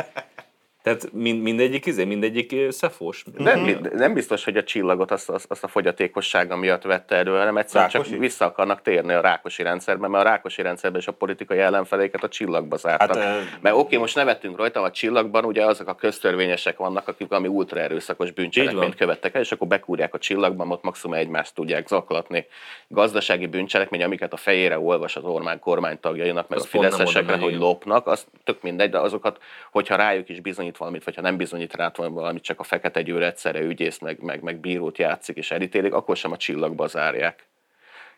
Tehát mind, mindegyik izé, mindegyik ö, szefós.
Mhm.
Nem, nem biztos, hogy a csillagot azt, azt, azt a fogyatékossága miatt vette elő, hanem egyszerűen
Rákosi?
csak vissza akarnak térni a rákosi rendszerbe, mert a rákosi rendszerben is a politikai ellenfeléket a
<laughs>
csillagba zártak.
Hát, ö-
Hát, mert oké, most nevetünk rajta, a csillagban ugye azok a köztörvényesek vannak, akik ami ultraerőszakos
Így
bűncselekményt
van.
követtek el, és akkor bekúrják a csillagban, ott maximum egymást tudják zaklatni. Gazdasági bűncselekmény, amiket a fejére olvas az Ormán kormány tagjainak, meg
Az
a
pont nem oda
fideszesekre,
megy,
hogy
igen.
lopnak, az tök mindegy, de azokat, hogyha rájuk is bizonyít valamit, vagy ha nem bizonyít rá valamit, csak a fekete győr egyszerre ügyész, meg, meg, meg bírót játszik és elítélik, akkor sem a csillagba zárják.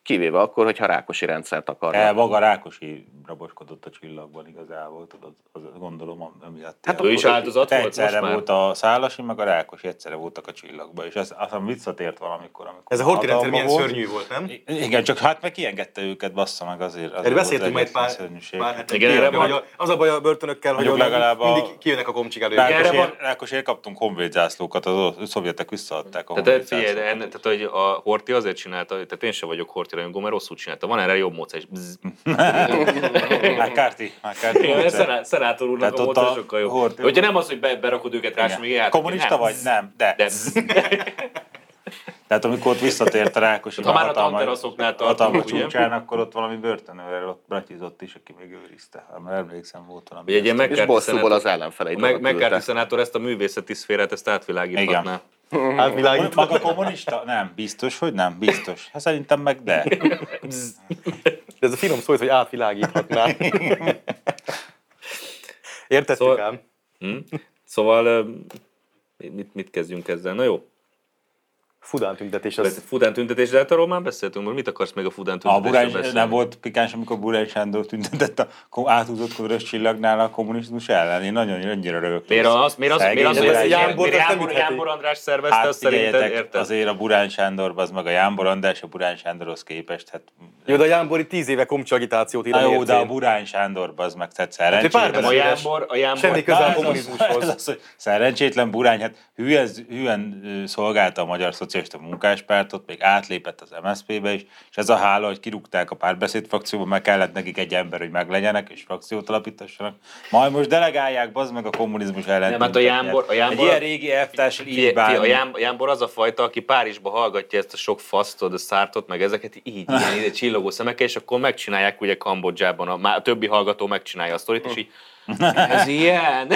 Kivéve akkor, hogyha rákosi rendszert
E,
akarnak.
maga Rákosi raboskodott a csillagban igazából, tudod, az, gondolom, am- amiatt.
Hát
ilyen-
Ő is áldozat volt most
Egyszerre
már?
volt a Szálasi, meg a Rákosi, egyszerre voltak a csillagban, és ez, aztán visszatért valamikor, amikor
Ez a horti rendszer
hatalma
milyen
volt.
szörnyű volt, nem?
I- Igen, csak hát meg kiengedte őket, bassza meg azért. azért
Erről beszéltünk
volt
majd
egy
pár,
szörnyűség.
pár hete,
Igen, erre
hogy
van.
a, az a baj a börtönökkel, hogy
Mondjuk
onnan
legalább a-
mindig kijönnek a komcsik elő.
Igen, erre
Rákosért,
van.
Rákosért kaptunk honvédzászlókat, az orosz- szovjetek visszaadták a
Tehát, Hát, figyelj,
honvédzászlókat.
en, tehát, hogy a Horti azért csinálta, tehát én sem vagyok Horti rajongó, mert rosszul csinálta. Van erre jobb módszer, és
<laughs>
bzz. <laughs>
Már Kárti, már Kárti.
Igen,
módszer.
szená- szenátor úrnak
Tehát
a
ott
módszer
a
sokkal jobb.
Horthy-
Hogyha nem az, hogy be, berakod őket rá, és még
Igen.
járt.
Kommunista vagy? Nem, de.
De
<laughs> Tehát amikor ott visszatért a Rákosi
Ha már a
hatalma-
tanteraszoknál tartunk,
hatalma
ugye?
csúcsán, akkor ott valami börtönőr ott bratizott is, aki még őrizte. Hát, Mert emlékszem, volt valami.
Ugye egy ilyen
ezt-
McCarthy
És bosszúból
szenátor-
az ellenfeleit
Meg,
oda küldte.
McCarthy szenátor ezt a művészeti szférát, ezt átvilágíthatná.
Átvilágít.
Maga kommunista? Nem, biztos, hogy nem, biztos. Hát szerintem meg de.
De ez a finom szó, hogy átvilágíthatná. Értettük
Szóval-
ám?
Szóval ö, mit, mit kezdjünk ezzel? Na jó,
Fudán tüntetés.
ez
Az...
Fudán tüntetés, de hát arról már beszéltünk, most mit akarsz még a Fudán
A
tüntetésről
Burány,
beszélni?
nem volt pikáns, amikor Burány Sándor tüntetett a ko- áthúzott kodros csillagnál a kommunizmus ellen. Én nagyon annyira rögök.
Miért az, miért az, miért az,
Szegény
miért az,
Burány
miért
Sándor.
Jámbor-
Azt nem
Jámbor-
ütheti.
Jámbor András szervezte,
Hát
azt szerinted
figyeljetek,
érted?
azért a Burány Sándor, az meg a Jámbor András, a Burány Sándorhoz képest, hát
Jó, de a Jámbori tíz éve komcsi agitációt ír
Na
a
jó, de a
mércén.
Burány Sándor, az meg tehát
pár
A
szerencsétlen.
beszél-
Jámbor, a Jámbor,
Semmi
Na,
köze
ez
a
az-
Ez
kommunizmushoz.
az, hogy szerencsétlen Burány, hát hülyen, hülyen ö, szolgálta a Magyar Szocialista Munkáspártot, még átlépett az MSZP-be is, és ez a hála, hogy kirúgták a párbeszéd frakcióba, meg kellett nekik egy ember, hogy meglegyenek és frakciót alapítassanak. Majd most delegálják, bazd meg a kommunizmus ellen.
Nem, hát a Jámbor- a Jámbor-
Egy ilyen régi elvtárs így
Figyelj, figyelj, a
bánni.
Jám- Jámbor az a fajta, aki Párizsba hallgatja ezt a sok fasztot, a szártot, meg ezeket így,
<laughs>
ilyen, így csillogó szemekkel, és akkor megcsinálják ugye Kambodzsában, a, már a többi hallgató megcsinálja a sztorit, és
<laughs>
így ez ilyen,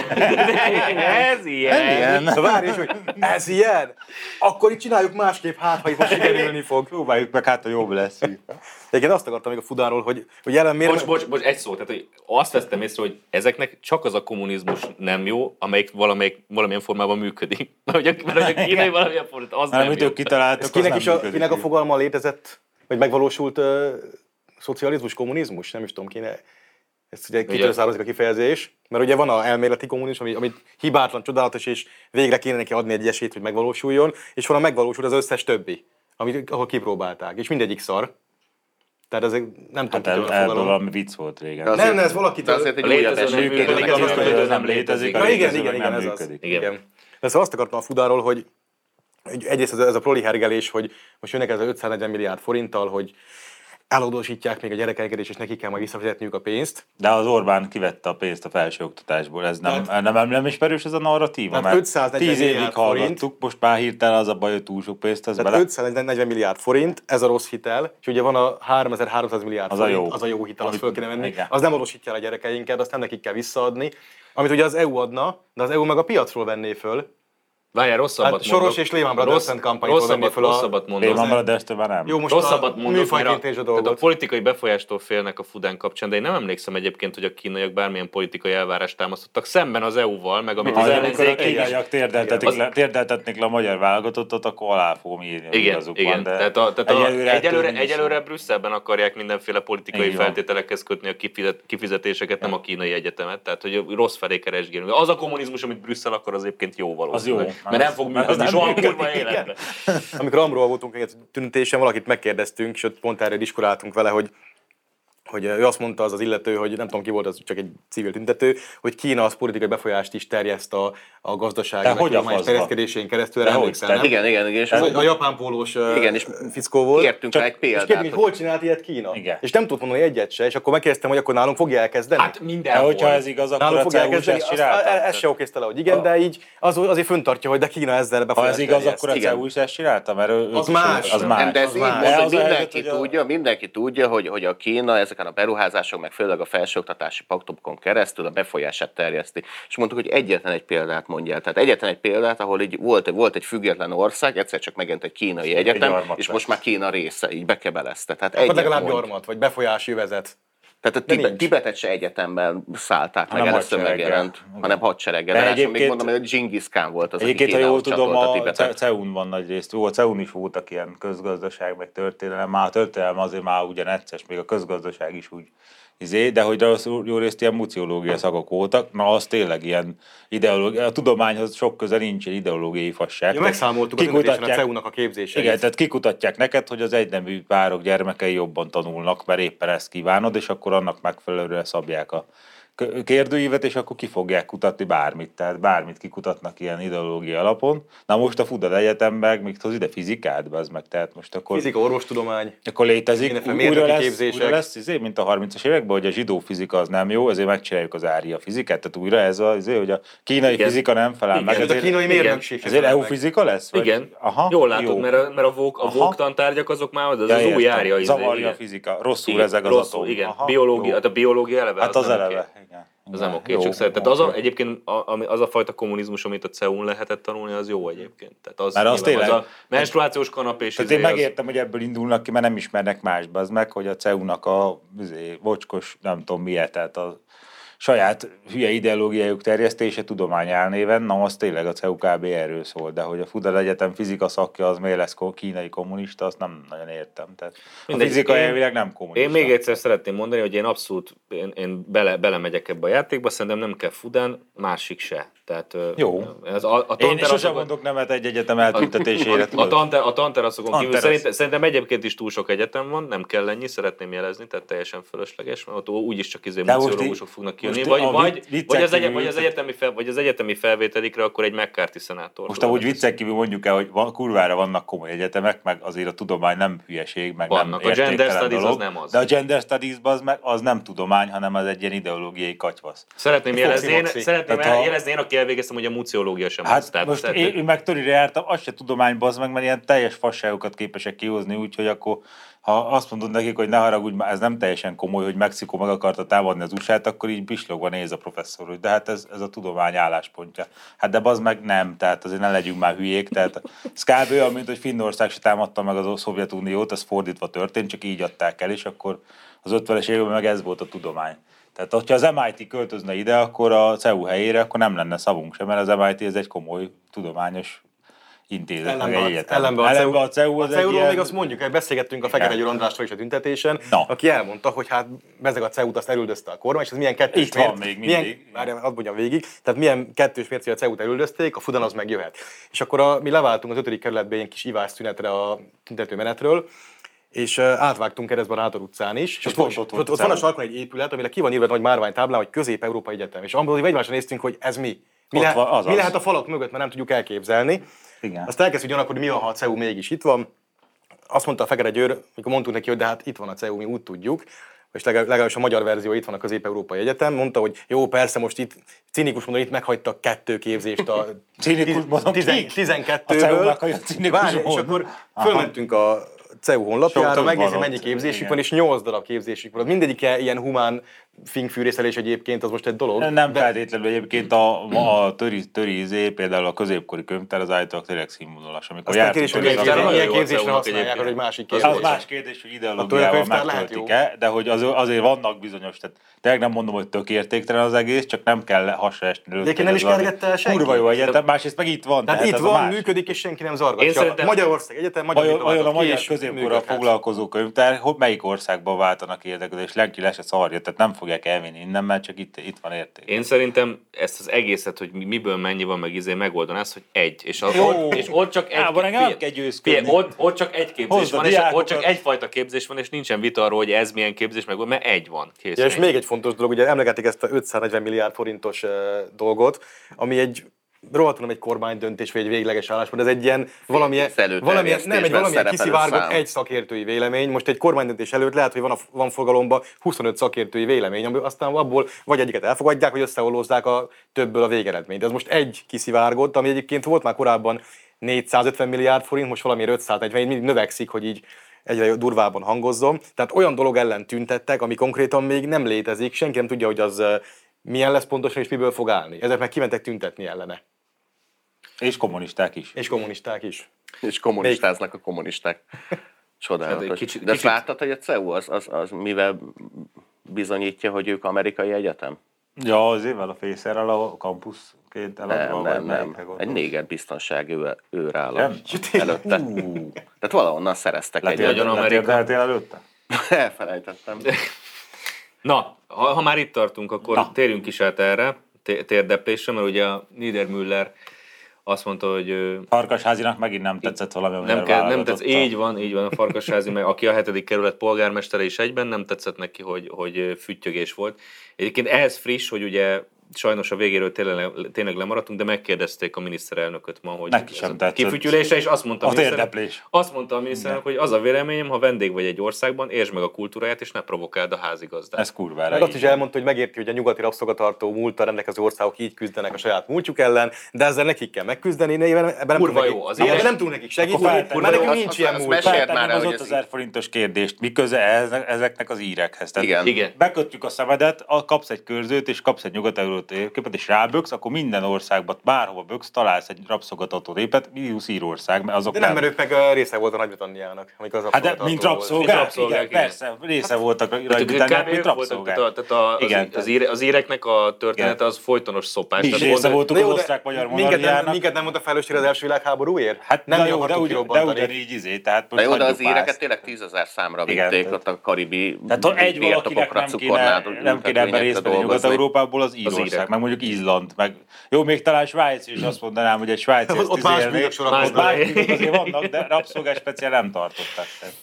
ez ilyen.
Ilyen.
Szóval várj, és hogy ez ilyen? Akkor itt csináljuk másképp, hát ha itt most sikerülni fog.
Próbáljuk meg, hát a jobb lesz.
Egyébként azt akartam még a Fudánról, hogy, hogy jelen miért...
Bocs, bocs, bocs, egy szó, tehát hogy azt vettem észre, hogy ezeknek csak az a kommunizmus nem jó, amelyik valamelyik, valamilyen formában működik. <laughs> Mert hogy a, mert hogy a kínai valamilyen formában, az
Mert
nem
amit
jó.
ők kitaláltak, az
Kinek,
nem
is a,
működik
kinek a
jól.
fogalma létezett, vagy megvalósult ö, szocializmus, kommunizmus? Nem is tudom, kéne. Ez ugye kitől
Ugye.
származik a kifejezés. Mert ugye van a elméleti kommunizmus, ami, amit hibátlan, csodálatos, és végre kéne neki adni egy esélyt, hogy megvalósuljon, és van a megvalósult az összes többi, amit, ahol kipróbálták, és mindegyik szar. Tehát ez egy- nem tudom,
Hát
hát kitől
ebből
a fogalom.
valami vicc volt régen.
De
Nem,
azért-
nem, ez valakitől-
de Azért egy
A
újabb
létező
esély
nem
kellene
működik,
kapni.
az
működik, az nem létezik.
Na, igen,
létező,
igen,
meg
igen,
nem
ez az.
működik.
Igen.
Igen. De szóval azt akartam a Fudáról, hogy egy- egyrészt ez, ez a proli hergelés, hogy most jönnek ez a 540 milliárd forinttal, hogy eladósítják még a gyerekeiket, és nekik kell majd visszafizetniük a pénzt.
De az Orbán kivette a pénzt a felsőoktatásból, ez nem, nem, nem, nem ismerős ez a narratíva,
Tehát
mert
540
tíz évig
Hát- milliárd forint.
hallgattuk, most már hirtelen az a baj, hogy túl sok pénzt tesz
Tehát
bele.
540 milliárd forint, ez a rossz hitel, és ugye van a 3300 milliárd
Az a
forint,
jó.
az a jó hitel, azt
Amit-
föl kéne venni,
igen.
az nem adósítja el a gyerekeinket, azt nem nekik kell visszaadni, amit ugye az EU adna, de az EU meg a piacról venné föl.
Várjál, rosszabbat
Hát Soros és Lehman Brothers
Rossz-
Szent kampánytól
rosszabbat-
venni föl a-
Rosszabbat mondok.
Lehman Brothers-től már nem.
Jó, most
rosszabbat
a
mondok, mert a,
műfajként és a
tehát a
dolgot.
politikai befolyástól félnek a Fudán kapcsán, de én nem emlékszem egyébként, hogy a kínaiak bármilyen politikai elvárást támasztottak szemben az EU-val, meg amit az
Majd amikor a
ellenzék
kínaiak térdeltetik
Igen.
le- térdeltetnék le a magyar válogatottat, akkor alá fogom írni, hogy
igen,
igazuk
igen.
van, de
tehát a, tehát egyelőre, a,
ettől
egyelőre,
nincs
egyelőre Brüsszelben akarják mindenféle politikai
Így van.
feltételekhez kötni a kifizet, kifizetéseket, nem a kínai egyetemet, tehát hogy rossz felé keresgélünk. Az a kommunizmus, amit Brüsszel akar, az egyébként jó valószínűleg.
jó.
mert nem fog
Az-
működni
az nem
soha
működik, Hát
kurva életben.
Amikor Amról voltunk egy tüntésen, valakit megkérdeztünk, és ott pont erről diskuráltunk vele, hogy hogy ő azt mondta az az illető, hogy nem tudom ki volt, az csak egy civil tüntető, hogy Kína az politikai befolyást is terjeszt a, a gazdaság,
De
meg
hogy a
tudományos
faszba?
terjeszkedésén keresztül, erre
De hogy?
emlékszel,
Te-
nem?
Igen, igen, igen. És
Ez a japán pólós ö,
Igen, és
fickó volt.
kértünk
Csak-
rá egy
és kérdünk,
példát.
hogy hol csinált ilyet Kína?
Igen.
És nem tudott mondani egyet se, és akkor megkérdeztem, hogy akkor nálunk fogja elkezdeni.
Hát
De
mindenhol.
hogyha ez igaz, akkor
nálunk
a
fogja
CEUS
elkezdeni,
ezt
azt, e-
csinálta.
ezt se okéztele, hogy igen, de így az, azért föntartja, hogy de Kína ezzel
Ha
befolyást
ez igaz,
terjeszt.
akkor a
igen.
CEUS ezt csinálta, mert ő-
Az
ők is-
más.
az más.
Nem, de ez
Az
így
más.
mondom,
De az a
hogy
helyzet,
mindenki
hogy a-
tudja, mindenki tudja, hogy, hogy a Kína ezeken a beruházások, meg főleg a felsőoktatási paktumokon keresztül a befolyását terjeszti. És mondtuk, hogy egyetlen egy példát mondjál. Tehát egyetlen egy példát, ahol így volt, volt egy független ország, egyszer csak megjelent egy kínai egyetem,
gyarmat
és
lett.
most már Kína része, így bekebelezte. Tehát
Akkor
egyet
legalább
mondj.
gyarmat, vagy befolyási vezet.
Tehát a Tibet, Tibetet se egyetemben szállták
Hanem
meg, először
hadsereggel.
megjelent,
Igen.
hanem hadsereggel.
De
De egyébként, még
egyébként-
mondom, hogy Genghis Khan volt az, aki
Egyébként, ha jól
Kínához
tudom,
csatolt a
a
Tibetet.
Ce- CEUN van nagy részt. Jó, a CEUN is voltak ilyen közgazdaság, meg történelem. Már a történelem azért már ugyan egyszer, még a közgazdaság is úgy izé, de hogy az jó részt ilyen muciológia szakok voltak, na az tényleg ilyen ideológia, a tudományhoz sok köze nincs ilyen ideológiai fasság.
Ja,
Tehát
megszámoltuk az innováción a hát CEU-nak a képzéseit.
Igen, tehát kikutatják neked, hogy az egynemű párok gyermekei jobban tanulnak, mert éppen ezt kívánod, és akkor annak megfelelően szabják a k- kérdőívet, és akkor ki fogják kutatni bármit, tehát bármit kikutatnak ilyen ideológia alapon. Na most a Fudan Egyetem meg, még hoz ide fizikát, be az meg, tehát most akkor...
Fizika, orvostudomány.
Akkor létezik,
Mindenféle
ú- újra
mérnöki
lesz,
képzések.
újra lesz izé, mint a 30-as években, hogy a zsidó fizika az nem jó, ezért megcsináljuk az ária fizikát, tehát újra ez a, izé, hogy a kínai
Igen.
Igen. fizika nem felel meg.
Ez a
ezért-
kínai mérnökség. se
ezért
felel
EU
meg.
fizika lesz? Vagy?
Igen,
Aha,
jól látod,
jó.
mert a, mert a vók, a
Aha.
vók tantárgyak azok már az, az,
Ja,
az új
értem.
járja. izé,
Zavarja
igen.
a fizika. Rosszul
Igen,
ezek az
rosszul,
atom.
igen.
Aha,
biológia,
jó.
hát a biológia eleve
Hát az,
nem
eleve.
oké.
Igen.
Az
Igen.
nem oké,
Jó,
csak szerintem az a,
oké.
egyébként a, ami, az a fajta kommunizmus, amit a CEUN lehetett tanulni, az jó egyébként. Tehát az,
Mert az
nyilván
tényleg-
az a menstruációs kanapés.
Tehát
izé,
én
az-
megértem, hogy ebből indulnak ki, mert nem ismernek másba, az meg, hogy a CEU-nak a izé, bocskos, nem tudom miért, tehát a saját hülye ideológiájuk terjesztése tudomány elnéven, na az tényleg a CEU kb. erről szól, de hogy a Fudel Egyetem fizika szakja az miért lesz ko- kínai kommunista, azt nem nagyon értem. Tehát a
Mindegy,
fizika
én-
elvileg nem kommunista.
Én még egyszer szeretném mondani, hogy én abszolút én, én bele, belemegyek ebbe a játékba, szerintem nem kell Fudán, másik se. Tehát, ö,
Jó.
Ez a, a
Én sosem
tanteraszokon-
mondok nemet egy egyetem eltüntetésére.
A,
tudod.
tanter, a tanteraszokon kívül
Tanterasz.
szerintem, szerintem egyébként is túl sok egyetem van, nem kell ennyi, szeretném jelezni, tehát teljesen fölösleges, mert ott úgyis csak izé
De most
muciológusok
í-
fognak
most
jönni,
a
vagy, vagy,
vic-
vagy, az
viccen
egye, vagy, az
kívül-
egyetemi fel, vagy az egyetemi felvételikre akkor egy McCarthy szenátor.
Most amúgy viccen kívül mondjuk el, hogy van, kurvára vannak komoly egyetemek, meg azért a tudomány nem hülyeség, meg
Vannak. A
nem értéktelen
gender studies az
dolog,
nem az.
De a gender studies az, meg, az nem tudomány, hanem az egy ilyen ideológiai katyvasz.
Szeretném
Foxy
jelezni, én,
Moxy.
szeretném
Tehát
el-
a-
jelezni, én aki elvégeztem, hogy a muciológia sem az.
Hát
Tehát
most
szeretném-
én, én, meg törire jártam, az se tudomány, bazd meg, mert ilyen teljes fasságokat képesek kihozni, úgyhogy akkor ha azt mondod nekik, hogy ne haragudj, már ez nem teljesen komoly, hogy Mexikó meg akarta támadni az usa akkor így pislogva néz a professzor, hogy de hát ez, ez a tudomány álláspontja. Hát de bazd meg nem, tehát azért ne legyünk már hülyék, tehát ez kb. olyan, mint hogy Finnország se támadta meg az Szovjetuniót, ez fordítva történt, csak így adták el, és akkor az 50-es években meg ez volt a tudomány. Tehát, hogyha az MIT költözne ide, akkor a CEU helyére, akkor nem lenne szavunk sem, mert az MIT ez egy komoly tudományos intézet, meg
Ellenben
egy
a-
egyetem.
ellenben a CEU,
Ellenben a CEU az egy
CEU-ról
ilyen...
még azt mondjuk, hogy beszélgettünk a Fekete Győr Andrásról is a tüntetésen,
Na.
aki elmondta, hogy hát bezeg a CEU-t, azt elüldözte a kormány, és ez milyen kettős
Itt van
mérc-
még
milyen,
mindig.
várjál, hadd mondjam végig, tehát milyen kettős mércével a CEU-t elüldözték, a Fudan az megjöhet. És akkor a, mi leváltunk az ötödik kerületbe ilyen kis ivás szünetre a tüntető menetről, és ö, átvágtunk keresztben a Rátor utcán is, és,
És
ott, volt,
pont ott
ott,
volt
ott,
a
ott van a
CEU.
sarkon egy épület, amire ki van írva egy nagy márvány táblán, hogy Közép-Európa Egyetem. És abból így egymásra néztünk, hogy ez mi. Mi,
Ott
lehet,
van, azaz.
mi lehet hát a falak mögött, mert nem tudjuk elképzelni.
Igen.
Azt elkezdtük gyanakodni, mi van, ha a CEU mégis itt van. Azt mondta a Fekete Győr, mikor mondtuk neki, hogy de hát itt van a CEU, mi úgy tudjuk, és legalább- legalábbis a magyar verzió itt van a Közép-Európai Egyetem, mondta, hogy jó, persze most itt, cinikus mondom, itt meghagytak kettő képzést a
<laughs> Cinikus mondom, kik? A
12-ből.
CEU-nak a cinikus
Várj, és
módon.
akkor
Aha.
fölmentünk a CEU
Sok
honlapjára,
több
megnézzük,
van ott.
mennyi képzésük
Igen.
van, és 8 darab képzésük van. Mindegyik ilyen humán fingfűrészelés egyébként, az most egy dolog.
Nem feltétlenül egyébként a, ma a töri, töri izé, például a középkori könyvtár az állítólag tényleg színvonalas. Amikor
Aztán kérdés, hogy
a
milyen-
könyvtár
milyen
nagyon jó
képzésre
CEU-nak
használják,
egyébként.
hogy egy másik
Az
képzés.
az más kérdés, hogy
A
ideológiával
törökönyvtár lehet
megtöltik-e, de hogy az, azért vannak bizonyos, tehát tényleg nem mondom, hogy tök értéktelen az egész, csak nem kell hasra esni. előtte,
Egyébként
hogy
nem is
ez valami
kergette el senki.
Kurva jó egyetem, másrészt meg itt van.
Tehát itt
Hát ez a
van,
más.
működik, és senki nem
Én
zargatja.
szerintem-
Magyarország Egyetem, Magyar
Vajon,
Diplomátok
vajon a
ki,
magyar
és
középkorra
működhet.
foglalkozó könyvtár, hogy melyik országban váltanak érdekes, lenki lesz a szarja, tehát nem fogják elvinni innen, mert csak itt, itt van érték.
Én szerintem ezt az egészet, hogy mi- miből mennyi van, meg izé megoldanász, hogy egy. És, az,
Jó.
ott, és ott csak egy,
Ábor, engem nem
figyelj,
kell győzködni.
figyelj, ott, ott, csak egy képzés
Hozd a
van, és ott
diákokat.
csak egyfajta képzés van, és nincsen vita arról, hogy ez milyen képzés, meg mert egy van. Kész.
Ja, és
Ennyi.
még egy fontos dolog, ugye emlegetik ezt a 540 milliárd forintos ö, dolgot, ami egy rohadtul nem egy kormány döntés, vagy egy végleges álláspont, ez egy ilyen valamilyen,
Félkész
valamilyen, nem, egy
előterjesztésben
valamilyen
szerepelő
kiszivárgott
szám.
egy szakértői vélemény. Most egy kormánydöntés előtt lehet, hogy van, a, van fogalomban 25 szakértői vélemény, ami aztán abból vagy egyiket elfogadják, vagy összeolózzák a többből a végeredményt. De ez most egy kiszivárgott, ami egyébként volt már korábban 450 milliárd forint, most valamiért 540, mindig növekszik, hogy így egyre durvábban hangozzon. Tehát olyan dolog ellen tüntettek, ami konkrétan még nem létezik, senki nem tudja, hogy az ö, milyen lesz pontosan, és miből fog állni. Ezek meg kimentek tüntetni ellene.
És kommunisták is.
És kommunisták is.
És kommunistáznak a kommunisták.
Hát egy
Csodálatos.
kicsit-
De azt
kicsit-
láttad, hogy a CEU az, az, az mivel bizonyítja, hogy ők amerikai egyetem?
Ja, az évvel a fészerrel a kampusként eladva,
Nem,
vagy
nem,
melyikre
nem.
gondolsz?
Egy néger biztonsági őr-
Nem?
őrállam előtte. Tehát valahonnan szereztek
Letérd-
egyet.
Nagyon Amerika.
Letérdeltél előtte?
Elfelejtettem.
Na, ha, ha már itt tartunk, akkor Na. térjünk is át erre, té- térdeplésre, mert ugye a Niedermüller azt mondta, hogy ő
Farkasházinak megint nem tetszett valami,
nem, kell, nem tetsz,
tetsz,
így van, így van a Farkasházi, meg aki a hetedik kerület polgármestere is egyben, nem tetszett neki, hogy, hogy füttyögés volt. Egyébként ehhez friss, hogy ugye sajnos a végéről tényleg, tényleg lemaradtunk, de megkérdezték a miniszterelnököt ma, hogy
Neki
ez
sem
a
tetszett.
kifütyülése, és azt mondta, a
A
miniszterelnök-
térdeplés.
azt mondta a miniszterelnök, hogy az a véleményem, ha vendég vagy egy országban, értsd meg a kultúráját, és ne provokáld a házigazdát.
Ez kurvára
Meg azt is
így.
elmondta, hogy megérti, hogy a nyugati rabszolgatartó múltal rendelkező országok így küzdenek a saját múltjuk ellen, de ezzel nekik kell megküzdeni, ne, ebben ebben nem
Kurva
tudunk
jó,
nekik-
az
ebben
ilyen-
nem tudunk nekik segíteni,
Akkor
mert
feltenni-
nekünk
Azt-
nincs
azt-
ilyen
azt
múlt.
mesélj. Meséld
Feltenném
már el,
az
hogy
ott
ez
az
így-
forintos kérdést. Mi köze ez, ezeknek az írekhez? Tehát
Igen.
Igen.
Bekötjük a szemedet, a- kapsz egy körzőt, és kapsz egy nyugat térképet, és ráböksz, akkor minden országban, bárhova böksz, találsz egy rabszolgatató népet, mínusz Írország, mert azok
De nem, mert ők meg ö, része volt a Nagy-Britanniának, amikor az
Hát de,
rabszolgatartó
mint
volt.
rabszolgák,
Mint rabszolgák,
igen,
igen.
persze, része voltak
Tehát ők
rajta,
kb.
mint
ők voltak,
rabszolgák.
Tehát, a- tehát a, az,
Igen,
igen, az,
tehát-
ére, az éreknek a története
Igen.
az folytonos szopás.
Mi is
Tehát
része
mondod-
voltunk
De jó,
az
de
osztrák-magyar
minket nem,
monarchiának.
minket nem mondta felelősségre az első világháborúért? Hát nem
na
mi
jó, de,
akartuk
ugy, de
kirobbantani.
ugyanígy izé, tehát
Na
most
jó, de
hagyjuk
az íreket
már.
tényleg tízezer számra
Igen,
vitték
tehát-
ott a karibi
Tehát ha egy valakinek
birtokokra,
nem kéne,
cukornádot
nem kéne ebben
ültetvényekre
részt venni
dolgozni.
Nyugat-Európából, az
írek.
Írország, meg mondjuk Izland, meg jó, még talán Svájc is azt mondanám, hogy egy Svájc
Ott más bűnök
Más
sorakoznak.
más bűnök azért vannak, de rabszolgás speciál nem tartották. Tehát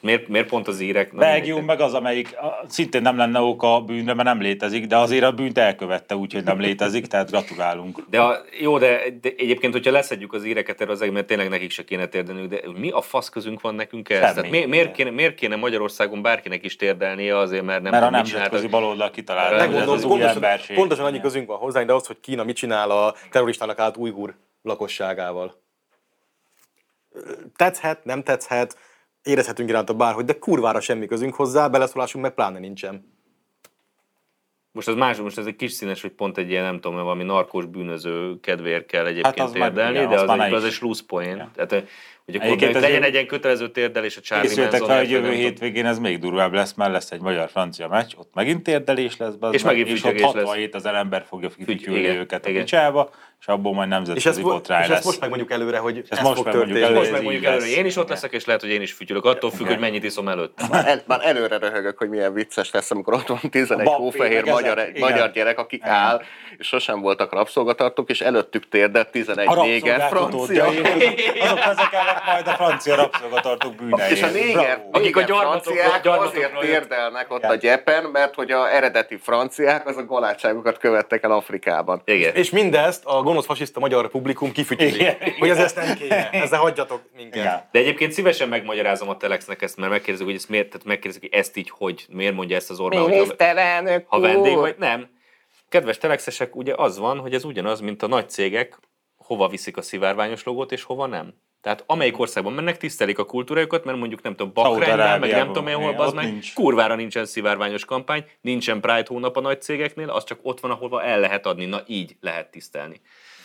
Tehát miért, miért pont az írek? Nem
Belgium
értem.
meg az, amelyik a, szintén nem lenne oka a bűnre, mert nem létezik, de azért a bűnt elkövette, úgyhogy nem létezik, tehát gratulálunk.
De a, jó, de, de egyébként, hogyha leszedjük az íreket erre az egész, mert tényleg nekik se kéne térdelniük, de mi a fasz közünk van nekünk ez?
Semmi.
Tehát mi, miért, kéne, miért kéne Magyarországon bárkinek is térdelnie azért, mert nem
Mert a
tudom, mit
nemzetközi
csináltak?
baloldal kitalálta, hogy ez
Megmondom,
az új
pontosan,
emberség.
pontosan annyi közünk van hozzá, de az, hogy Kína mit csinál a terroristának állt ujgur lakosságával. Ö, Tetszhet, nem tetszhet, érezhetünk iránta bárhogy, de kurvára semmi közünk hozzá, beleszólásunk meg pláne nincsen.
Most az más, most ez egy kis színes, hogy pont egy ilyen, nem tudom, valami narkós bűnöző kedvéért kell egyébként
Hát az
hát
meg-
térdelni,
igen,
de
az
az,
már
egy,
ne
az
is.
egy slusz point. Ja. Tehát, eh, hogy akkor
Egyébként
legyen
az
legyen
jó-
egy ilyen kötelező térdelés a Charlie
Készültek fel,
Mansonért,
hogy
vagy nem
jövő
tudom.
hétvégén ez még durvább lesz, mert lesz egy magyar-francia meccs, ott megint térdelés lesz, bazd
És
meg,
megint
és ott
fütyögés lesz.
67 az ember fogja kifütyülni
igen,
őket a
igen.
kicsába, és abból majd
És
nemzetközi
ezt, mo-
botrány
és ezt
lesz.
most megmondjuk előre, hogy ez,
most
fog
megmondjuk
történni.
Most
előre.
Most
Ez így
megmondjuk előre, hogy
lesz.
én is ott leszek, és lehet, hogy én is fütyülök, attól függ, hogy mennyit iszom előtt.
Már, el, már előre röhögök, hogy milyen vicces lesz, amikor ott van 11
Bappé,
hófehér
meg
magyar,
ezek, igen.
magyar gyerek, akik
Igen.
áll, és sosem voltak rabszolgatartók, és előttük térdett 11
a
néger
rabszolgák
francia.
utódjai, azok vezekelnek majd a francia rabszolgatartók bűneit.
És a néger,
Bravo.
Akik
akik
a
a
gyarmatokról-
franciák azért
gyarmatokról jött-
térdelnek ott a gyepen, mert hogy a eredeti franciák azok galátságokat követtek el Afrikában.
Igen.
És mindezt a gonosz fasiszta magyar publikum kifütyüli,
Igen.
<laughs> hogy ez ezt nem kéne, ezzel hagyjatok minket.
Igen.
De egyébként szívesen megmagyarázom a Telexnek ezt, mert megkérdezik, hogy ezt miért, tehát megkérdezik, hogy ezt így hogy, miért mondja ezt az Orbán, hogyha,
Miniszterelnök
ha
úr!
vendég vagy nem. Kedves Telexesek, ugye az van, hogy ez ugyanaz, mint a nagy cégek, hova viszik a szivárványos logót és hova nem. Tehát amelyik országban mennek, tisztelik a kultúrájukat, mert mondjuk nem tudom, Bahreinben, meg nem
Szaúd-Arábiában.
tudom én hol,
Igen,
az
ott
meg
nincs.
kurvára nincsen szivárványos kampány, nincsen Pride hónap a nagy cégeknél, az csak ott van, ahova el lehet adni, na így lehet tisztelni.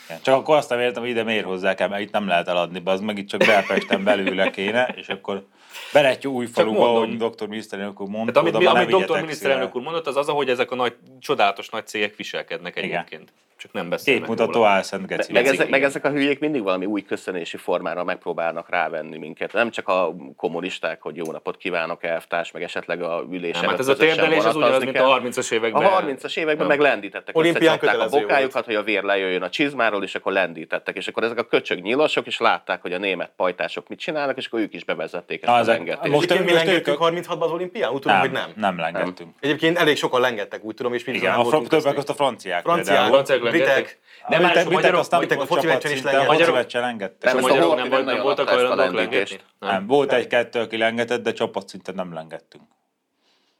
Igen. Csak akkor azt nem értem, hogy ide miért hozzák el, mert itt nem lehet eladni, az meg itt csak Belpesten belőle kéne, és akkor Berettyú új faluba,
mondom.
ahogy dr. miniszterelnök úr mondta,
Tehát amit,
oda
mi,
már
amit
ne
doktor
vigyetek
miniszterelnök
széle.
úr mondott, az az, ahogy ezek a nagy, csodálatos nagy cégek viselkednek
Igen.
egyébként. Csak nem beszélnek
Képmutató
róla.
álszent geci.
Meg
Geci.
ezek, meg ezek a hülyék mindig valami új köszönési formára megpróbálnak rávenni minket. Nem csak a kommunisták, hogy jó napot kívánok, elvtárs, meg esetleg a ülés
Nem,
előtt
hát ez a
közösen
térdelés az ugyanaz,
vonatozni
mint
kell.
a 30-as években.
A 30-as években meg lendítettek,
Olimpián
összecsapták a
kötelező
bokájukat, hogy a vér lejöjjön a csizmáról, és akkor lendítettek. És akkor ezek a köcsög nyilasok, és látták, hogy a német pajtások mit csinálnak, és akkor ők is bevezették ezt
Na,
a
ezek-
lengetést.
most-
Most mi
most
lengettünk
ők-
36-ban az olimpián? Úgy tudom,
Nem,
hogy
nem,
nem.
nem lengettünk.
Egyébként elég sokan lengettek, úgy tudom, és mi
Igen, a fra- többek között a franciák.
Franciák,
például.
franciák
britek,
lengettek.
De
Nem,
már
más,
a
a
britek
magyarok,
aztán
britek,
a
britek a
foci
foci
meccsen
meccsen is lengettek.
A foci
Magyarok-
meccsen
és
lengettek.
Nem,
a
ezt a
magyarok nem
Horthy
volt- nem
nagyon
voltak
adta ezt a
hajlandók lengetni.
lendítést.
Nem,
Nem, volt egy-kettő, aki lengetett, de csapatszinten nem lengettünk.